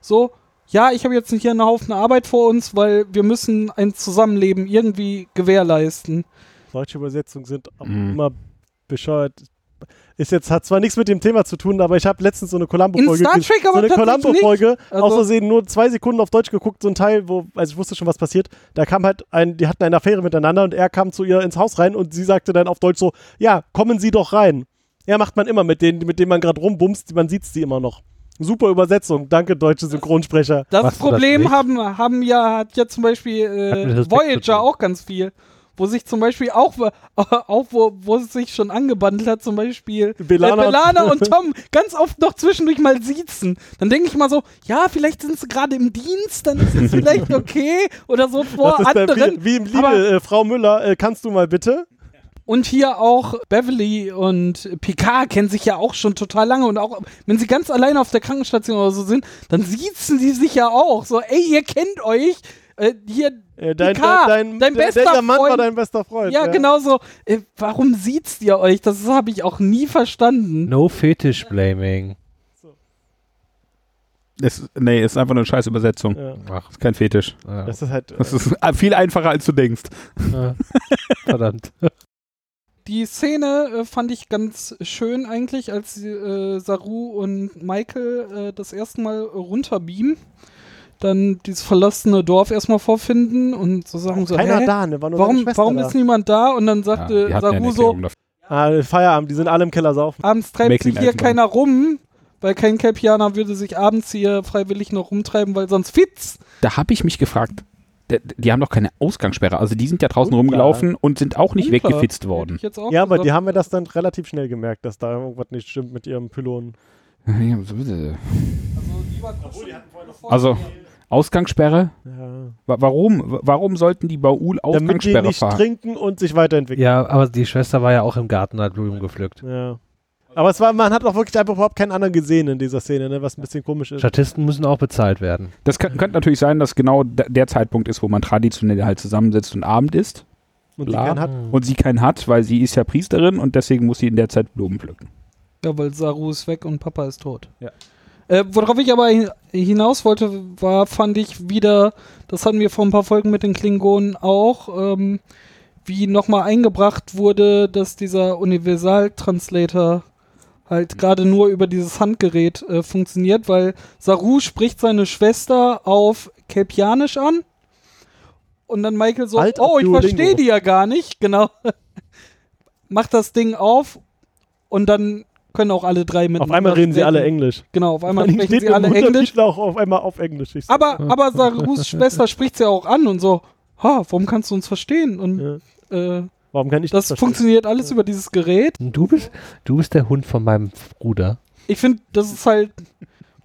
Speaker 2: so, ja, ich habe jetzt hier einen Haufen Arbeit vor uns, weil wir müssen ein Zusammenleben irgendwie gewährleisten.
Speaker 4: Deutsche Übersetzungen sind auch
Speaker 5: Mhm.
Speaker 4: immer bescheuert. Ist jetzt, hat zwar nichts mit dem Thema zu tun, aber ich habe letztens so eine
Speaker 2: In
Speaker 4: Columbo-Folge
Speaker 2: Star
Speaker 4: ge-
Speaker 2: Trek
Speaker 4: so
Speaker 2: aber
Speaker 4: eine
Speaker 2: tatsächlich nicht.
Speaker 4: Columbo-Folge,
Speaker 2: Also-
Speaker 4: aus Versehen nur zwei Sekunden auf Deutsch geguckt, so ein Teil, wo, also ich wusste schon, was passiert. Da kam halt ein, die hatten eine Affäre miteinander und er kam zu ihr ins Haus rein und sie sagte dann auf Deutsch so, ja, kommen Sie doch rein. Ja, macht man immer mit denen, mit denen man gerade rumbumst, man sieht sie immer noch. Super Übersetzung, danke deutsche Synchronsprecher.
Speaker 2: Das
Speaker 6: Machst du das
Speaker 2: Äh, Problem
Speaker 6: nicht?
Speaker 2: haben, haben ja, hat ja zum Beispiel
Speaker 6: Hat mit
Speaker 2: äh,
Speaker 6: Respekt zu tun.
Speaker 2: Voyager auch ganz viel. Wo sich zum Beispiel auch, (laughs) auch wo, wo es sich schon angebandelt hat, zum Beispiel äh,
Speaker 4: Belana-
Speaker 2: Belana und Tom ganz oft noch zwischendurch mal siezen. Dann denke ich mal so, ja, vielleicht sind sie gerade im Dienst, dann ist es vielleicht okay oder so vor
Speaker 4: das ist der,
Speaker 2: anderen.
Speaker 4: wie, wie im Liebe,
Speaker 2: aber-
Speaker 4: äh, Frau Müller, äh, kannst du mal bitte?
Speaker 2: Und hier auch Beverly und Picard kennen sich ja auch schon total lange und auch wenn sie ganz alleine auf der Krankenstation oder so sind, dann siezen sie sich ja auch so, ey, ihr kennt euch. Äh, hier,
Speaker 4: Äh, dein,
Speaker 2: Picard,
Speaker 4: dein,
Speaker 2: dein
Speaker 4: der-
Speaker 2: bester
Speaker 4: der Mann war
Speaker 2: Freund.
Speaker 4: dein bester Freund.
Speaker 2: ja, genau so. Äh, warum siezt ihr euch? Das habe ich auch nie verstanden.
Speaker 6: No Fetish Blaming.
Speaker 5: Es, nee, ist einfach nur eine scheiß Übersetzung.
Speaker 4: Ja.
Speaker 6: Ach,
Speaker 5: Ist kein Fetisch.
Speaker 6: ja.
Speaker 4: Das ist halt.
Speaker 5: Das ist äh, viel einfacher, als du denkst.
Speaker 6: Ja. (laughs) verdammt.
Speaker 2: Die Szene äh, fand ich ganz schön eigentlich, als äh, Saru und Michael äh, das erste Mal runterbeamen, dann dieses verlassene Dorf erstmal vorfinden und so sagen so,
Speaker 4: keiner
Speaker 2: hä?
Speaker 4: da, ne? War nur seine
Speaker 2: Warum,
Speaker 4: Schwester
Speaker 2: warum
Speaker 4: da.
Speaker 2: ist niemand da? Und dann äh, sagte
Speaker 5: die hatten ja eine
Speaker 2: Saru so,
Speaker 5: Erklärung dafür.
Speaker 4: Ah, Feierabend, die sind alle im Keller saufen.
Speaker 2: abends treibt
Speaker 5: Macklin
Speaker 2: sich hier
Speaker 5: Eisenbahn.
Speaker 2: keiner rum, weil kein Kelpianer würde sich abends hier freiwillig noch rumtreiben, weil sonst fitz.
Speaker 5: Da habe ich mich gefragt, die, die haben doch keine Ausgangssperre. Also die sind ja draußen
Speaker 4: Unklar.
Speaker 5: rumgelaufen und sind auch nicht
Speaker 2: Unklar.
Speaker 5: weggefitzt
Speaker 2: Hätte
Speaker 5: worden.
Speaker 2: ich jetzt auch
Speaker 4: Ja, aber die
Speaker 2: gesagt.
Speaker 4: haben mir das dann relativ schnell gemerkt, dass da irgendwas nicht stimmt mit ihrem Pylon.
Speaker 5: Also Ausgangssperre?
Speaker 4: Ja.
Speaker 5: Wa- Warum? Wa- Warum sollten die Baul
Speaker 4: Damit die
Speaker 5: Ausgangssperre
Speaker 4: nicht
Speaker 5: fahren?
Speaker 4: trinken und sich weiterentwickeln.
Speaker 6: Ja, aber die Schwester war ja auch im Garten, hat Blumen gepflückt.
Speaker 4: Ja. Aber es war, man hat auch wirklich einfach überhaupt keinen anderen gesehen in dieser Szene, ne? was ein bisschen komisch ist.
Speaker 6: Statisten müssen auch bezahlt werden.
Speaker 5: Das kann, könnte natürlich sein, dass genau da- der Zeitpunkt ist, wo man traditionell halt zusammensitzt und Abend isst
Speaker 4: Und
Speaker 5: Bla.
Speaker 4: keinen hat.
Speaker 5: und sie keinen hat, weil sie ist ja Priesterin und deswegen muss sie in der Zeit Blumen pflücken.
Speaker 2: Ja, weil Saru ist weg und Papa ist tot.
Speaker 5: Ja.
Speaker 2: Äh, worauf ich aber hin- hinaus wollte, war, fand ich wieder, das hatten wir vor ein paar Folgen mit den Klingonen auch, ähm, wie nochmal eingebracht wurde, dass dieser Universal-Translator halt gerade nur über dieses Handgerät äh, funktioniert, weil Saru spricht seine Schwester auf Kelpianisch an und dann Michael so,
Speaker 4: Alt
Speaker 2: oh, ich
Speaker 4: Duolingo."
Speaker 2: verstehe die ja gar nicht, genau. Macht das Ding auf und dann können auch alle drei miteinander
Speaker 4: Auf einmal reden sie
Speaker 2: sprechen.
Speaker 4: alle Englisch.
Speaker 2: Genau, auf einmal
Speaker 4: Vor allem
Speaker 2: sprechen
Speaker 4: steht
Speaker 2: sie
Speaker 4: im
Speaker 2: alle
Speaker 4: Untertitel
Speaker 2: Englisch.
Speaker 4: auch auf einmal auf Englisch. Ich so,
Speaker 2: Aber, aber Sarus Schwester spricht sie ja auch an und so, ha, warum kannst du uns verstehen? Und äh,
Speaker 4: warum kann ich
Speaker 2: das
Speaker 4: verstehen?
Speaker 2: funktioniert alles über dieses Gerät.
Speaker 6: Du bist, du bist der Hund von meinem Bruder.
Speaker 2: Ich finde, das ist halt,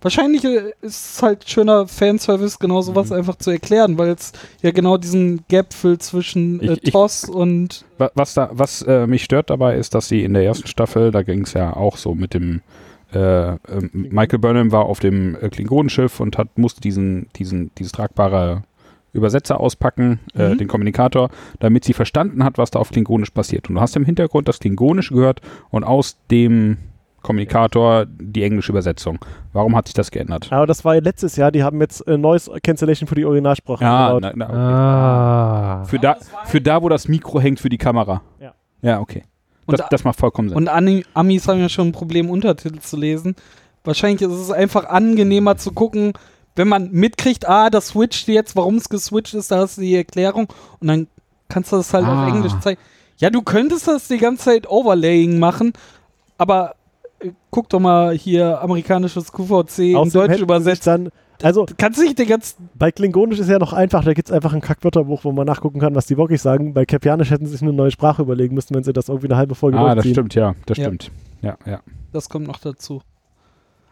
Speaker 2: wahrscheinlich äh, ist es halt schöner Fanservice, genau sowas
Speaker 4: Mhm.
Speaker 2: einfach zu erklären, weil es ja genau diesen Gap füllt zwischen äh,
Speaker 5: Ich- ich-
Speaker 2: Toss und,
Speaker 5: Wa- Was, da, was äh, mich stört dabei ist, dass sie in der ersten Staffel, da ging es ja auch so mit dem äh, ähm, Michael Burnham war auf dem äh, Klingonenschiff und hat musste diesen, diesen, dieses tragbare Übersetzer auspacken, äh,
Speaker 2: Mhm.
Speaker 5: den Kommunikator, damit sie verstanden hat, was da auf Klingonisch passiert. Und du hast im Hintergrund das Klingonisch gehört und aus dem Kommunikator die englische Übersetzung. Warum hat sich das geändert?
Speaker 4: Aber das war ja letztes Jahr, die haben jetzt ein neues Cancellation für die Originalsprache
Speaker 5: Ah,
Speaker 4: gebaut.
Speaker 5: na, na, okay.
Speaker 6: Ah.
Speaker 5: Für, da, für da, wo das Mikro hängt für die Kamera.
Speaker 4: Ja.
Speaker 5: ja okay.
Speaker 2: Und
Speaker 5: Das, das macht vollkommen Sinn.
Speaker 2: und Ani- Amis haben ja schon ein Problem, Untertitel zu lesen. Wahrscheinlich ist es einfach angenehmer zu gucken, wenn man mitkriegt, ah, das switcht jetzt, warum es geswitcht ist, da hast du die Erklärung und dann kannst du das halt
Speaker 5: Ah.
Speaker 2: auf Englisch zeigen. Ja, du könntest das die ganze Zeit Overlaying machen, aber äh, guck doch mal hier amerikanisches QVC in
Speaker 4: Außerdem hätten
Speaker 2: Deutsch
Speaker 4: sie sich
Speaker 2: übersetzt.
Speaker 4: Dann, also
Speaker 2: Kannst nicht den ganzen.
Speaker 4: bei Klingonisch ist ja noch einfach, da gibt es einfach ein Kackwörterbuch, wo man nachgucken kann, was die wirklich sagen. Bei Kepianisch hätten sie sich eine neue Sprache überlegen müssen, wenn sie das irgendwie eine halbe Folge
Speaker 5: Ah, das
Speaker 4: durchziehen.
Speaker 5: stimmt, ja, das
Speaker 2: Ja.
Speaker 5: stimmt. Ja, ja.
Speaker 2: Das kommt noch dazu.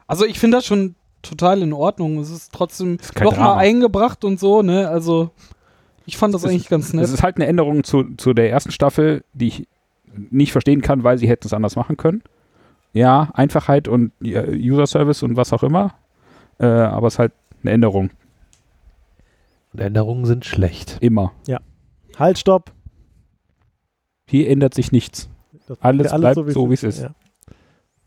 Speaker 2: Also ich finde das schon total in Ordnung. Es ist trotzdem
Speaker 5: Ist kein
Speaker 2: nochmal
Speaker 5: Drama.
Speaker 2: eingebracht und so, ne? Also ich fand das
Speaker 5: Es ist-
Speaker 2: eigentlich ganz nett.
Speaker 5: Es ist halt eine Änderung zu, zu der ersten Staffel, die ich nicht verstehen kann, weil sie hätten es anders machen können. Ja, Einfachheit und äh, User Service und was auch immer. Äh, aber es ist halt eine Änderung.
Speaker 6: Und Änderungen sind schlecht.
Speaker 5: Immer.
Speaker 4: Halt, stopp.
Speaker 5: Hier ändert sich nichts.
Speaker 4: Das
Speaker 5: Alles
Speaker 4: ja,
Speaker 5: bleibt so, wie es ist.
Speaker 4: Ja. (laughs)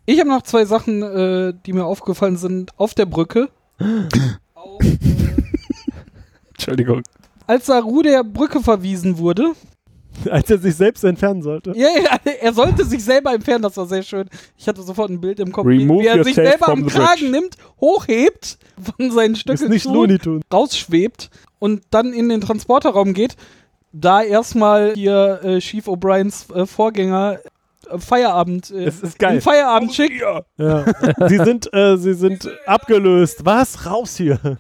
Speaker 2: Ich habe noch zwei Sachen, äh, die mir aufgefallen sind auf der
Speaker 5: (gasps)
Speaker 2: Brücke. Auf, äh,
Speaker 5: Entschuldigung.
Speaker 2: als Saru der Brücke verwiesen wurde.
Speaker 4: Als er sich selbst entfernen sollte.
Speaker 2: Ja, ja, (laughs) er sollte sich selber entfernen, das war sehr schön. Ich hatte sofort ein Bild im Kopf,
Speaker 5: Remove
Speaker 2: wie er sich
Speaker 5: yourself
Speaker 2: selber
Speaker 5: from
Speaker 2: am
Speaker 5: the bridge.
Speaker 2: Kragen nimmt, hochhebt, von seinen
Speaker 4: ist
Speaker 2: Stöcken
Speaker 4: nicht
Speaker 2: zu,
Speaker 4: Looney Tunes.
Speaker 2: rausschwebt und dann in den Transporterraum geht. Da erstmal hier äh, Chief O'Briens äh, Vorgänger äh, Feierabend, äh,
Speaker 4: Es ist geil.
Speaker 2: in Feierabend schickt.
Speaker 4: Ja. sie sind, äh, sie sind abgelöst. Was? Raus hier.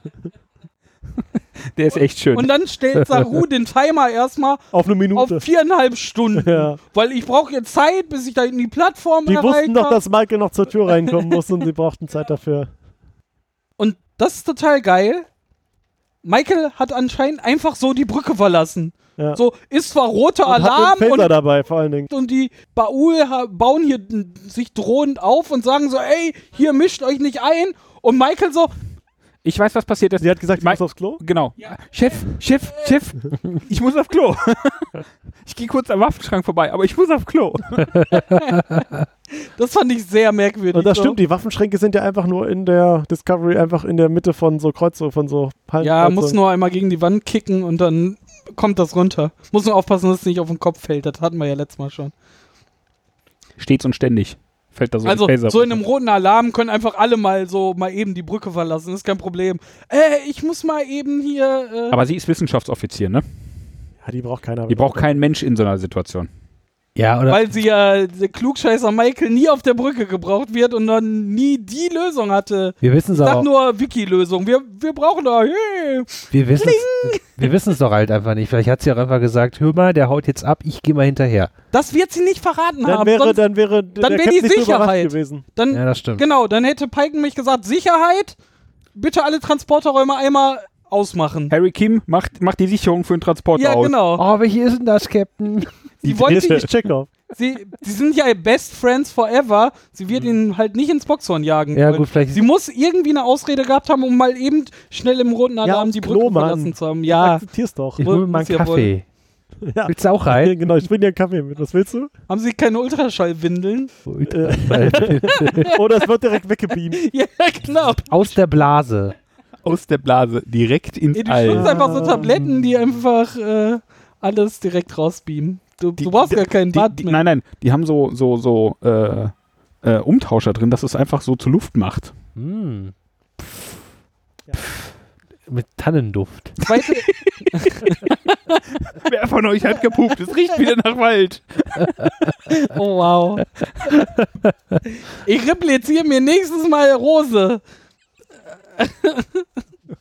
Speaker 5: Der ist echt schön.
Speaker 2: Und dann
Speaker 4: (laughs)
Speaker 2: stellt Saru den Timer erstmal
Speaker 4: Auf eine
Speaker 2: auf
Speaker 4: Minute.
Speaker 2: viereinhalb Stunden.
Speaker 4: Ja.
Speaker 2: Weil ich brauche jetzt Zeit, bis ich da in die Plattform
Speaker 4: Die wussten doch,
Speaker 2: habe.
Speaker 4: dass Michael noch zur Tür reinkommen muss und sie brauchten Zeit dafür.
Speaker 2: Und das ist total geil. Michael hat anscheinend einfach so die Brücke verlassen.
Speaker 4: Ja.
Speaker 2: So, ist zwar roter
Speaker 4: und hat
Speaker 2: Alarm
Speaker 4: den Phaser
Speaker 2: und,
Speaker 4: dabei vor allen Dingen.
Speaker 2: und die Baul ha- bauen hier n- sich drohend auf und sagen so, ey, hier mischt euch nicht ein. Und Michael so,
Speaker 5: ich weiß, was passiert ist.
Speaker 4: Sie hat gesagt, ich
Speaker 5: Ma-
Speaker 4: muss aufs Klo.
Speaker 5: Genau. Chef, Chef, Chef, ich muss auf Klo. ich gehe kurz am Waffenschrank vorbei, aber ich muss auf Klo.
Speaker 2: das fand ich sehr merkwürdig.
Speaker 4: Und das
Speaker 2: so.
Speaker 4: stimmt, die Waffenschränke sind ja einfach nur in der Discovery, einfach in der Mitte von so Kreuze, von so Palmen. also-
Speaker 2: Ja, muss nur einmal gegen die Wand kicken und dann kommt das runter. Muss nur aufpassen, dass es nicht auf den Kopf fällt. Das hatten wir ja letztes Mal schon.
Speaker 5: Stets und ständig fällt da so
Speaker 2: also,
Speaker 5: ein Phaser
Speaker 2: so in
Speaker 5: runter.
Speaker 2: einem roten Alarm können einfach alle mal so mal eben die Brücke verlassen. Ist kein Problem. Äh, ich muss mal eben hier. Äh,
Speaker 5: Aber sie ist Wissenschaftsoffizier, ne?
Speaker 4: Ja, die braucht keiner.
Speaker 5: Die braucht kein Mensch in so einer Situation.
Speaker 6: Ja, oder?
Speaker 2: weil sie ja der Klugscheißer Michael nie auf der Brücke gebraucht wird und dann nie die Lösung hatte.
Speaker 6: wir wissen es
Speaker 2: Ich sag
Speaker 6: auch.
Speaker 2: nur Wiki-Lösung. Wir, wir brauchen da. Hey.
Speaker 6: Wir wissen es (laughs) wir wissen's doch halt einfach nicht. Vielleicht hat sie auch einfach gesagt, hör mal, der haut jetzt ab, ich gehe mal hinterher.
Speaker 2: Das wird sie nicht verraten
Speaker 4: Dann
Speaker 2: haben.
Speaker 4: wäre,
Speaker 2: sonst,
Speaker 4: dann wäre
Speaker 2: dann
Speaker 4: der
Speaker 2: wäre
Speaker 4: Captain
Speaker 2: die
Speaker 4: nicht so überrascht
Speaker 2: Sicherheit.
Speaker 4: gewesen.
Speaker 2: dann,
Speaker 6: Ja, das stimmt.
Speaker 2: Genau, dann hätte Pike mich gesagt: Sicherheit, bitte alle Transporterräume einmal ausmachen.
Speaker 5: Harry Kim macht, macht die Sicherung für den Transport
Speaker 2: Ja,
Speaker 5: aus.
Speaker 2: genau.
Speaker 6: Oh, welche ist denn das, Captain?
Speaker 2: Sie wollte
Speaker 4: Ich check auf.
Speaker 2: Sie, sie sind ja Best Friends Forever. Sie wird ihn halt nicht ins Boxhorn jagen.
Speaker 6: Ja,
Speaker 2: wollen.
Speaker 6: gut, vielleicht-
Speaker 2: Sie muss irgendwie eine Ausrede gehabt haben, um mal eben schnell im roten
Speaker 4: Ja,
Speaker 2: Alarm
Speaker 4: ums
Speaker 2: die
Speaker 4: Klo,
Speaker 2: Brücke
Speaker 4: Mann.
Speaker 2: verlassen zu haben. (laughs) Ja,
Speaker 4: Akzeptier's doch.
Speaker 6: Ich hole mir mal einen
Speaker 2: Muss ja
Speaker 6: Kaffee.
Speaker 4: Ja.
Speaker 6: Willst du
Speaker 4: (laughs)
Speaker 6: auch rein?
Speaker 4: Genau, ich bring dir einen Kaffee mit. Was
Speaker 2: (laughs)
Speaker 4: willst du?
Speaker 2: Haben sie keine Ultraschallwindeln? (laughs)
Speaker 4: Oder es wird
Speaker 2: (laughs)
Speaker 4: direkt weggebeamt.
Speaker 2: ja, genau.
Speaker 6: Aus der Blase.
Speaker 5: Aus der Blase direkt ins
Speaker 2: Ja, du
Speaker 5: All.
Speaker 2: schluckst einfach so Tabletten, die einfach äh, alles direkt rausbeamen. Du,
Speaker 5: Die-
Speaker 2: du brauchst
Speaker 5: die-
Speaker 2: gar keinen
Speaker 5: Die,
Speaker 2: Bad
Speaker 5: die,
Speaker 2: mehr.
Speaker 5: nein, nein, die haben so, so, so äh, äh, Umtauscher drin, dass es einfach so zu Luft macht.
Speaker 6: Hm.
Speaker 4: Ja.
Speaker 6: Mit Tannenduft.
Speaker 2: Zweite,
Speaker 5: (laughs) Wer von euch hat gepupt? Es riecht wieder nach Wald.
Speaker 2: oh
Speaker 5: (laughs)
Speaker 2: wow. Ich repliziere mir nächstes Mal Rose.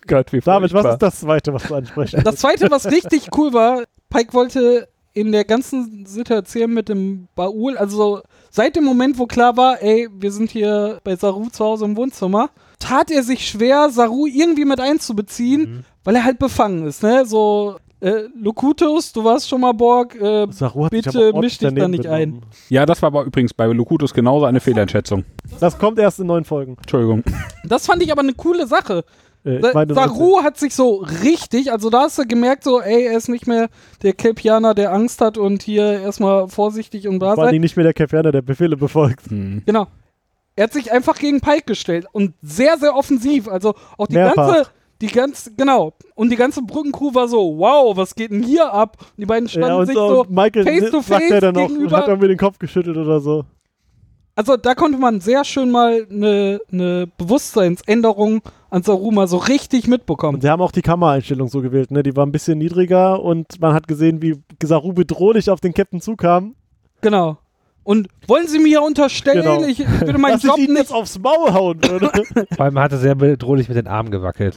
Speaker 5: Gott, wie
Speaker 4: David, was
Speaker 5: furchtbar.
Speaker 4: ist das Zweite, was
Speaker 2: (laughs)
Speaker 4: du ansprechen
Speaker 2: Das zweite, was richtig cool war, Pike wollte in der ganzen Situation mit dem Baul, also seit dem Moment, wo klar war, ey, wir sind hier bei Saru zu Hause im Wohnzimmer, tat er sich schwer, Saru irgendwie mit einzubeziehen,
Speaker 4: Mhm.
Speaker 2: weil er halt befangen ist, ne? So, äh, Locutus, du warst schon mal Borg, äh,
Speaker 4: Saru hat sich
Speaker 2: Bitte
Speaker 4: aber ordentlich
Speaker 2: misch dich da
Speaker 4: daneben
Speaker 2: nicht ein.
Speaker 4: benommen.
Speaker 5: Ja, das war aber übrigens bei Locutus genauso eine Fehleinschätzung.
Speaker 4: Das kommt erst in neun Folgen.
Speaker 5: Entschuldigung.
Speaker 2: das fand ich aber eine coole Sache.
Speaker 4: Äh,
Speaker 2: Sa
Speaker 4: ich meine,
Speaker 2: Saru hat sich so richtig, also da hast du gemerkt, so, ey, er ist nicht mehr der Kelpianer, der Angst hat und hier erstmal vorsichtig und da
Speaker 4: war
Speaker 2: sein.
Speaker 4: nicht mehr der Keferner, der Befehle befolgt.
Speaker 5: Hm.
Speaker 2: Genau. Er hat sich einfach gegen Pike gestellt und sehr, sehr offensiv. Also auch die
Speaker 4: Mehrfach.
Speaker 2: ganze, die ganze, genau. Und die ganze Brückencrew war so, wow, was geht denn hier ab? Und die beiden standen
Speaker 4: Ja, und,
Speaker 2: sich
Speaker 4: so,
Speaker 2: so.
Speaker 4: und Michael
Speaker 2: face to
Speaker 4: sagt
Speaker 2: face
Speaker 4: er dann auch und
Speaker 2: gegenüber-
Speaker 4: hat irgendwie den Kopf geschüttelt oder so.
Speaker 2: Also da konnte man sehr schön mal eine ne Bewusstseinsänderung an Saruma so richtig
Speaker 4: Und
Speaker 2: mitbekommen.
Speaker 4: sie haben auch die Kameraeinstellung so gewählt, ne? Die war ein bisschen niedriger und man hat gesehen, wie Saru bedrohlich auf den Captain zukam.
Speaker 2: Genau. Und wollen Sie mir hier unterstellen,
Speaker 4: Genau.
Speaker 2: ich, ich würde meinen
Speaker 4: (laughs) dass ich
Speaker 2: Job
Speaker 4: ihn
Speaker 2: nicht.
Speaker 4: jetzt aufs Maul hauen
Speaker 2: (laughs)
Speaker 4: würde.
Speaker 6: Vor allem hat er sehr bedrohlich mit den Armen gewackelt.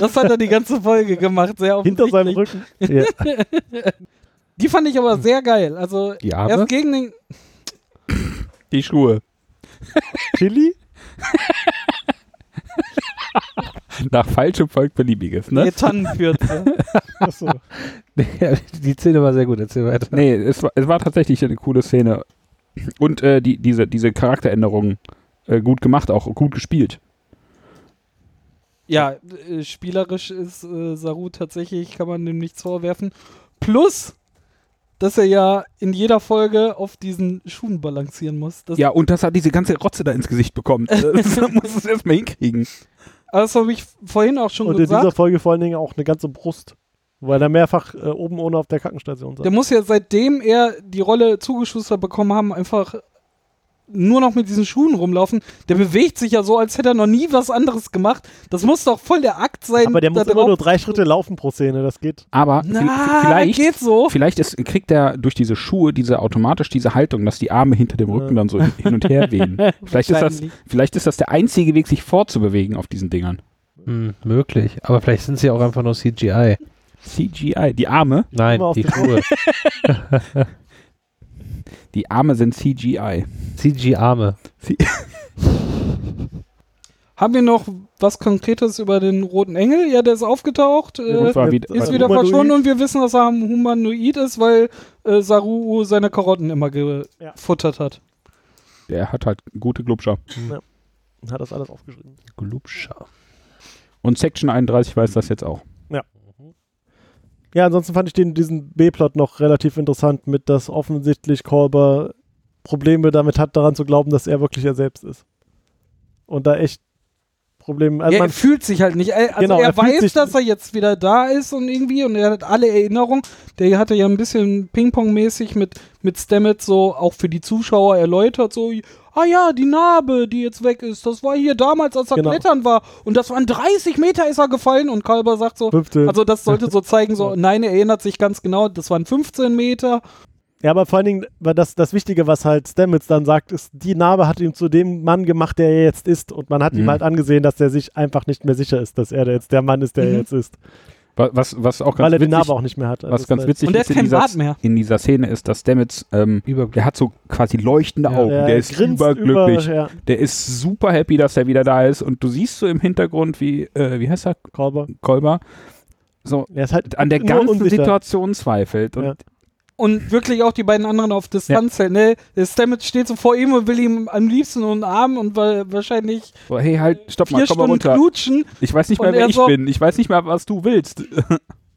Speaker 2: Das hat er die ganze Folge gemacht, sehr
Speaker 4: (laughs) hinter seinem
Speaker 2: offensichtlich.
Speaker 4: Rücken.
Speaker 6: Ja.
Speaker 2: Die fand ich aber sehr geil. Also
Speaker 6: Die Arme?
Speaker 2: erst gegen den,
Speaker 5: Die Schuhe.
Speaker 4: Chili?
Speaker 5: Nach falschem folgt beliebiges,
Speaker 2: ne?
Speaker 5: ne?
Speaker 2: Tannenfürze.
Speaker 4: Achso.
Speaker 6: (laughs) Die Szene war sehr gut. Erzähl weiter.
Speaker 5: Nee, es war, es war tatsächlich eine coole Szene. Und äh, die, diese, diese Charakteränderung äh, gut gemacht, auch gut gespielt.
Speaker 2: Ja, äh, spielerisch ist äh, Saru tatsächlich, kann man dem nichts vorwerfen. Plus, dass er ja in jeder Folge auf diesen Schuhen balancieren muss. Das,
Speaker 5: Ja, und das hat diese ganze Rotze da ins Gesicht (laughs) bekommen. Das muss es erstmal hinkriegen.
Speaker 2: Aber also Das habe ich vorhin auch schon
Speaker 4: Und in dieser
Speaker 2: gesagt.
Speaker 4: Folge vor allen Dingen auch eine ganze Brust. Weil er mehrfach äh, oben ohne auf der Krankenstation
Speaker 2: Der
Speaker 4: saß.
Speaker 2: muss ja seitdem er die Rolle zugeschustert bekommen haben, einfach nur noch mit diesen Schuhen rumlaufen. Der bewegt sich ja so, als hätte er noch nie was anderes gemacht. Das muss doch voll der Akt sein.
Speaker 4: Aber der
Speaker 2: da
Speaker 4: muss immer
Speaker 2: drauf-
Speaker 4: nur drei Schritte laufen pro Szene, das geht.
Speaker 5: Aber
Speaker 2: Na,
Speaker 5: vielleicht,
Speaker 2: geht so.
Speaker 5: Vielleicht ist, kriegt er durch diese Schuhe diese automatisch diese Haltung, dass die Arme hinter dem Rücken dann so hin und her (laughs) wehen. vielleicht, ist das,
Speaker 2: Wahrscheinlich.
Speaker 5: vielleicht ist das der einzige Weg, sich fortzubewegen auf diesen Dingern.
Speaker 6: Hm, möglich. Aber vielleicht sind sie auch einfach nur CGI.
Speaker 5: CGI. Die Arme,
Speaker 6: Nein,
Speaker 4: Immer auf
Speaker 6: die
Speaker 4: den-
Speaker 6: Schuhe.
Speaker 5: die Arme sind CGI.
Speaker 6: CG-Arme.
Speaker 2: Haben wir noch was Konkretes über den Roten Engel? Ja, der ist aufgetaucht. Äh,
Speaker 5: Und zwar wie,
Speaker 2: ist
Speaker 4: Ein
Speaker 2: wieder
Speaker 4: Humanoid.
Speaker 2: verschwunden und wir wissen, dass er ein Humanoid ist, weil äh, Saru seine Karotten immer
Speaker 4: Ja.
Speaker 2: gefuttert hat.
Speaker 5: der hat halt gute Glubscher.
Speaker 4: Hat das alles aufgeschrieben.
Speaker 6: Glubscher.
Speaker 5: Und Section 31 weiß das jetzt auch.
Speaker 4: Ja, ansonsten fand ich den, diesen B-Plot noch relativ interessant, mit dass offensichtlich Kolber Probleme damit hat, daran zu glauben, dass er wirklich er selbst ist. Und da echt Probleme. Also
Speaker 2: ja,
Speaker 4: man,
Speaker 2: er fühlt sich halt nicht. äh, Also
Speaker 4: Genau,
Speaker 2: er,
Speaker 4: er fühlt
Speaker 2: weiß,
Speaker 4: sich-
Speaker 2: dass er jetzt wieder da ist und irgendwie und er hat alle Erinnerungen. Der hatte ja ein bisschen Ping-Pong-mäßig mit, mit Stamets so auch für die Zuschauer erläutert, so, ah ja, die Narbe, die jetzt weg ist, das war hier damals, als er
Speaker 4: Genau.
Speaker 2: klettern war. Und das waren 30 Meter ist er gefallen und Kalber sagt so,
Speaker 4: fünfte.
Speaker 2: Also das sollte so zeigen, so, nein, er erinnert sich ganz genau, das waren 15 Meter.
Speaker 4: ja, aber vor allen Dingen, weil das, das Wichtige, was halt Stamets dann sagt, ist, die Narbe hat ihn zu dem Mann gemacht, der er jetzt ist. Und man hat
Speaker 5: Mhm.
Speaker 4: ihm halt angesehen, dass er sich einfach nicht mehr sicher ist, dass er da jetzt der Mann ist, der
Speaker 2: Mhm.
Speaker 4: er jetzt ist.
Speaker 5: Wa- Was, was auch ganz
Speaker 4: weil er die
Speaker 5: witzig,
Speaker 4: Narbe auch nicht mehr hat. Also
Speaker 5: was
Speaker 4: es
Speaker 5: ganz
Speaker 4: ist halt-
Speaker 5: witzig
Speaker 2: Und er
Speaker 5: ist
Speaker 2: hat
Speaker 5: in
Speaker 2: keinen
Speaker 5: dieser,
Speaker 2: Bart mehr.
Speaker 5: in dieser Szene ist, dass Stamets, ähm,
Speaker 6: Über
Speaker 5: der hat so quasi leuchtende
Speaker 6: Ja.
Speaker 5: Augen.
Speaker 4: Er
Speaker 5: der ist
Speaker 4: grinst
Speaker 5: überglücklich.
Speaker 4: Über, ja,
Speaker 5: Der ist super happy, dass er wieder da ist. Und du siehst so im Hintergrund, wie, äh, wie heißt er?
Speaker 4: Kolber.
Speaker 5: Kolber. So,
Speaker 4: Er ist halt
Speaker 5: an der
Speaker 4: nur
Speaker 5: ganzen
Speaker 4: unsicher.
Speaker 5: Situation zweifelt. Und
Speaker 4: Ja.
Speaker 2: Und wirklich auch die beiden anderen auf Distanz hält. Ne? Der Stamets steht so vor ihm und will ihm am liebsten einen Arm und wa- wahrscheinlich
Speaker 5: so, hey, halt, stopp mal,
Speaker 2: vier
Speaker 5: komm mal
Speaker 2: Stunden
Speaker 5: runter.
Speaker 2: knutschen.
Speaker 5: Ich weiß nicht mehr,
Speaker 2: Und
Speaker 5: wer
Speaker 2: er
Speaker 5: ich
Speaker 2: so-
Speaker 5: bin. Ich weiß nicht mehr, was du willst.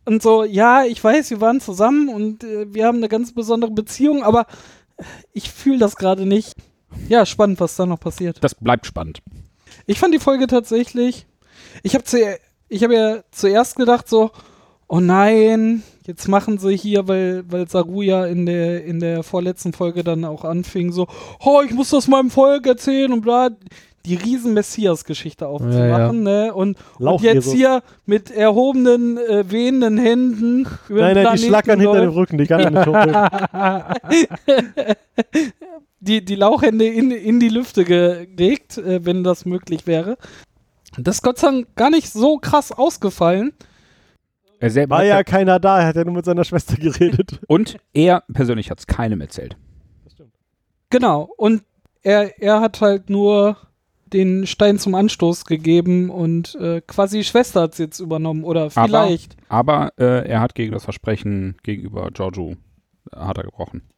Speaker 2: und so, ja, ich weiß, wir waren zusammen und äh, wir haben eine ganz besondere Beziehung, aber ich fühle das gerade nicht. Ja, spannend, was da noch passiert.
Speaker 5: Das bleibt spannend.
Speaker 2: Ich fand die Folge tatsächlich. Ich habe ich hab ja zuerst gedacht so, oh nein, jetzt machen sie hier, weil, weil Saru ja in der, in der vorletzten Folge dann auch anfing so, oh, ich muss das meinem Volk erzählen und bla. Die riesen Messias-Geschichte aufzumachen, ne? Und, und
Speaker 4: Lauch,
Speaker 2: jetzt
Speaker 4: Jesus.
Speaker 2: hier mit erhobenen, äh, wehenden Händen über
Speaker 4: Nein,
Speaker 2: den
Speaker 4: nein,
Speaker 2: Planeten
Speaker 4: die schlackern hinter dem
Speaker 2: läuft.
Speaker 4: Rücken, die kann ich nicht (laughs) hochheben.
Speaker 2: die, die Lauchhände in, in die Lüfte gelegt, äh, wenn das möglich wäre. Das ist Gott sei Dank gar nicht so krass ausgefallen.
Speaker 5: Er selber
Speaker 4: War
Speaker 5: hat
Speaker 4: ja
Speaker 5: ja-
Speaker 4: keiner da, er hat ja nur mit seiner Schwester geredet.
Speaker 5: und er persönlich hat es keinem erzählt.
Speaker 2: Genau. Und er, er hat halt nur den Stein zum Anstoß gegeben und äh, quasi die Schwester hat es jetzt übernommen. Oder vielleicht.
Speaker 5: Aber äh, er hat gegen das Versprechen gegenüber Giorgio äh, hat er gebrochen.
Speaker 4: (laughs)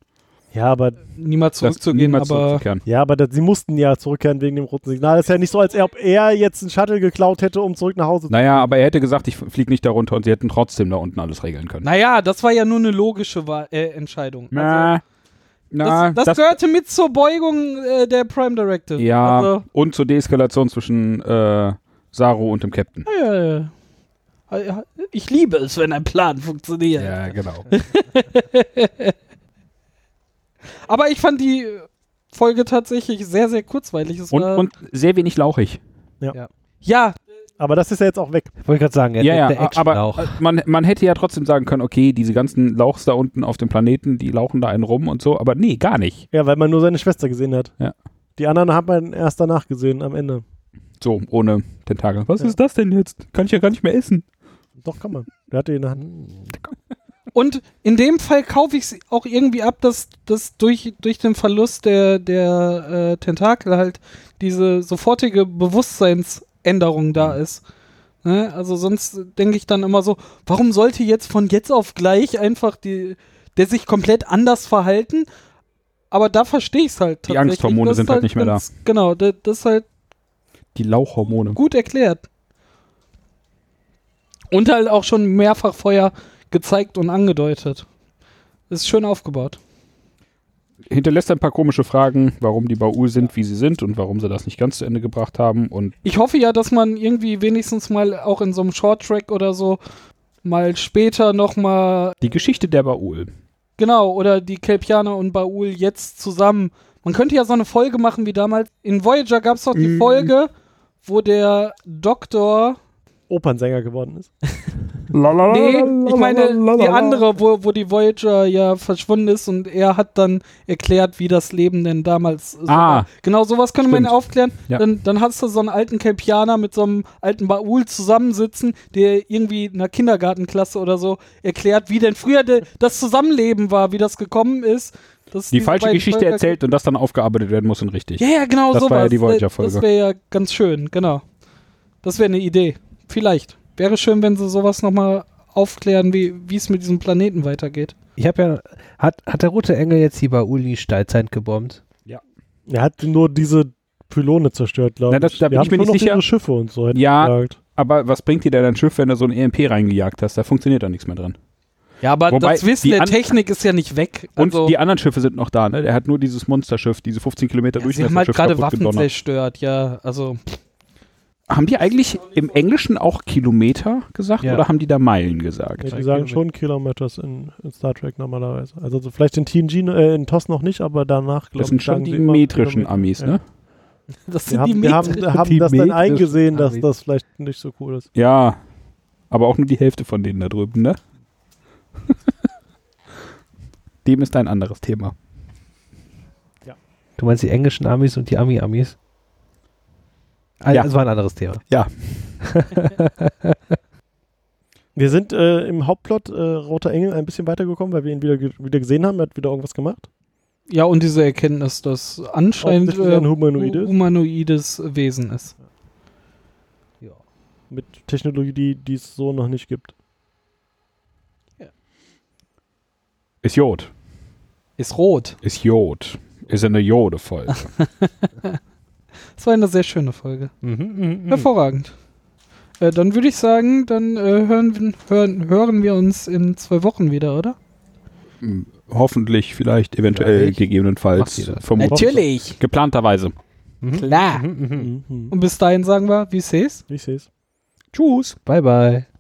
Speaker 4: Ja, aber,
Speaker 2: niemals
Speaker 5: Das
Speaker 2: zurückzugehen,
Speaker 5: niemals
Speaker 2: aber
Speaker 5: zurückzukehren.
Speaker 4: ja, aber das, sie mussten ja zurückkehren wegen dem roten Signal. Das ist ja nicht so, als ob er jetzt einen Shuttle geklaut hätte, um zurück nach Hause zu
Speaker 5: Naja, aber er hätte gesagt, ich fliege nicht darunter und sie hätten trotzdem da unten alles regeln können.
Speaker 2: naja, das war ja nur eine logische Wa äh, Entscheidung. Also,
Speaker 5: Na, na,
Speaker 2: das, das, gehörte mit zur Beugung äh, der Prime Directive.
Speaker 5: ja,
Speaker 2: Also,
Speaker 5: und zur Deeskalation zwischen äh, Saru und dem Captain.
Speaker 2: äh, ich liebe es, wenn ein Plan funktioniert.
Speaker 5: genau.
Speaker 2: Aber ich fand die Folge tatsächlich sehr, sehr kurzweilig. Es
Speaker 5: Und,
Speaker 2: war,
Speaker 5: und sehr wenig lauchig.
Speaker 2: ja,
Speaker 4: Aber das ist ja jetzt auch weg.
Speaker 6: Ich wollte gerade sagen, er
Speaker 5: Ja, ja,
Speaker 6: der
Speaker 5: a-
Speaker 6: Action
Speaker 5: aber
Speaker 6: auch.
Speaker 5: äh, man, man hätte ja trotzdem sagen können, okay, diese ganzen Lauchs da unten auf dem Planeten, die lauchen da einen rum und so, aber nee, gar nicht.
Speaker 4: Ja, weil man nur seine Schwester gesehen hat.
Speaker 5: Ja.
Speaker 4: Die anderen hat man erst danach gesehen, am Ende.
Speaker 5: So, ohne Tentakel. Was
Speaker 4: Ja.
Speaker 5: ist das denn jetzt? Kann ich ja gar nicht mehr essen.
Speaker 4: Doch, kann man. Der hatte ihn in der Hand.
Speaker 2: und in dem Fall kaufe ich es auch irgendwie ab, dass, dass durch, durch den Verlust der, der äh, Tentakel halt diese sofortige Bewusstseinsänderung da
Speaker 5: Mhm.
Speaker 2: ist. Ne? Also sonst denke ich dann immer so, warum sollte jetzt von jetzt auf gleich einfach die, der sich komplett anders verhalten? Aber da verstehe ich es halt
Speaker 5: Die
Speaker 2: tatsächlich.
Speaker 5: Angsthormone
Speaker 2: Das ist
Speaker 5: sind halt nicht mehr da.
Speaker 2: ganz- Genau, da- das ist halt
Speaker 5: Die Lauchhormone.
Speaker 2: gut erklärt. Und halt auch schon mehrfach vorher gezeigt und angedeutet. Ist schön aufgebaut.
Speaker 5: Hinterlässt ein paar komische Fragen, warum die Baul sind, wie sie sind und warum sie das nicht ganz zu Ende gebracht haben. Und
Speaker 2: Ich hoffe ja, dass man irgendwie wenigstens mal auch in so einem Shorttrack oder so mal später nochmal,
Speaker 5: die Geschichte der Baul.
Speaker 2: genau, oder die Kelpianer und Baul jetzt zusammen. Man könnte ja so eine Folge machen wie damals. In Voyager gab es doch die
Speaker 5: Mm.
Speaker 2: Folge, wo der Doktor
Speaker 4: Opernsänger geworden ist.
Speaker 2: Nee, ich meine die andere, wo, wo die Voyager ja verschwunden ist und er hat dann erklärt, wie das Leben denn damals so
Speaker 5: Ah.
Speaker 2: war. Genau, sowas könnte man
Speaker 5: Stimmt.
Speaker 2: aufklären.
Speaker 5: Ja.
Speaker 2: Dann, dann hast du so einen alten Kelpianer mit so einem alten Baul zusammensitzen, der irgendwie einer Kindergartenklasse oder so erklärt, wie denn früher de, das Zusammenleben war, wie das gekommen ist. dass
Speaker 5: Die
Speaker 2: diese
Speaker 5: falsche
Speaker 2: beiden
Speaker 5: Geschichte
Speaker 2: Völker-
Speaker 5: erzählt und das dann aufgearbeitet werden muss und richtig.
Speaker 2: Ja, ja, genau
Speaker 5: Das war
Speaker 2: sowas.
Speaker 5: ja die Voyager-Folge.
Speaker 2: Das wäre ja ganz schön, genau. Das wäre eine Idee. Vielleicht. Wäre schön, wenn sie sowas nochmal aufklären, wie wie es mit diesem Planeten weitergeht.
Speaker 6: Ich habe ja, hat, hat der rote Engel jetzt hier bei Uli Steilzeit gebombt?
Speaker 4: Er hat nur diese Pylone zerstört,
Speaker 5: Na,
Speaker 4: glaube ich.
Speaker 5: das- da bin
Speaker 4: Die
Speaker 5: ich mir
Speaker 4: haben
Speaker 5: nicht
Speaker 4: schon noch
Speaker 5: sicher.
Speaker 4: ihre Schiffe und so. hätte ich
Speaker 5: Ja.
Speaker 4: gesagt.
Speaker 5: Aber was bringt dir da dein Schiff, wenn du so ein EMP reingejagt hast? Da funktioniert da nichts mehr dran.
Speaker 2: Ja, aber
Speaker 5: Wobei,
Speaker 2: das Wissen
Speaker 5: die
Speaker 2: der
Speaker 5: an-
Speaker 2: Technik ist ja nicht weg.
Speaker 5: Und
Speaker 2: also,
Speaker 5: die anderen Schiffe sind noch da, ne? Der hat nur dieses Monsterschiff, diese 15 Kilometer
Speaker 2: ja, sie haben halt
Speaker 5: Durchmesserschiff
Speaker 2: gerade
Speaker 5: kaputt
Speaker 2: Waffen
Speaker 5: gedonnert.
Speaker 2: zerstört, ja. Also, (laughs)
Speaker 5: Haben die eigentlich im Englischen auch Kilometer gesagt
Speaker 6: Ja.
Speaker 5: oder haben die da Meilen gesagt?
Speaker 4: Ja,
Speaker 6: Zwei
Speaker 4: die sagen
Speaker 6: Kilometer.
Speaker 4: schon Kilometers in, in Star Trek normalerweise. Also so vielleicht in TNG, äh, in TOS noch nicht, aber danach, glaube ich.
Speaker 5: Das sind schon
Speaker 4: sagen
Speaker 5: die
Speaker 4: sie immer
Speaker 5: metrischen
Speaker 4: Kilometer.
Speaker 5: Amis,
Speaker 4: Ja.
Speaker 5: ne?
Speaker 2: das
Speaker 4: Wir
Speaker 2: sind die
Speaker 4: haben, wir haben,
Speaker 2: Mieten.
Speaker 4: haben
Speaker 6: Die
Speaker 4: das dann
Speaker 6: metrischen
Speaker 4: eingesehen, dass
Speaker 6: Amis.
Speaker 4: das vielleicht nicht so cool ist.
Speaker 5: Ja. Aber auch nur die Hälfte von denen da drüben, ne? (laughs) Dem ist ein anderes Thema.
Speaker 6: Du meinst die englischen Amis und die Ami-Amis? Ah,
Speaker 5: Ja.
Speaker 6: Das war ein anderes Thema.
Speaker 4: Wir sind äh, im Hauptplot äh, Roter Engel ein bisschen weitergekommen, weil wir ihn wieder, ge- wieder gesehen haben. Er hat wieder irgendwas gemacht.
Speaker 2: Ja, und diese Erkenntnis, dass anscheinend
Speaker 4: Offensichtlich
Speaker 2: äh,
Speaker 4: ein Humanoides.
Speaker 2: humanoides Wesen ist.
Speaker 4: Mit Technologie, die die es so noch nicht gibt.
Speaker 5: Ist Jod.
Speaker 2: Ist rot.
Speaker 5: Ist Jod. Ist eine Jode voll.
Speaker 6: (laughs)
Speaker 2: mhm.
Speaker 6: Hm.
Speaker 2: Das war eine sehr schöne Folge. Hervorragend. Äh, dann würde ich sagen, dann äh, hören, hören, hören wir uns in zwei Wochen wieder, oder?
Speaker 5: Hoffentlich, vielleicht, eventuell,
Speaker 6: Vielleicht. Macht
Speaker 5: gegebenenfalls.
Speaker 6: ihr das?
Speaker 5: vermutlich.
Speaker 2: Natürlich,
Speaker 5: Geplanterweise.
Speaker 2: klar.
Speaker 4: Mhm, mhm, mhm.
Speaker 2: Und bis dahin sagen wir, wie seh's?
Speaker 4: Ich sehe es.
Speaker 5: Tschüss.
Speaker 6: Bye, bye.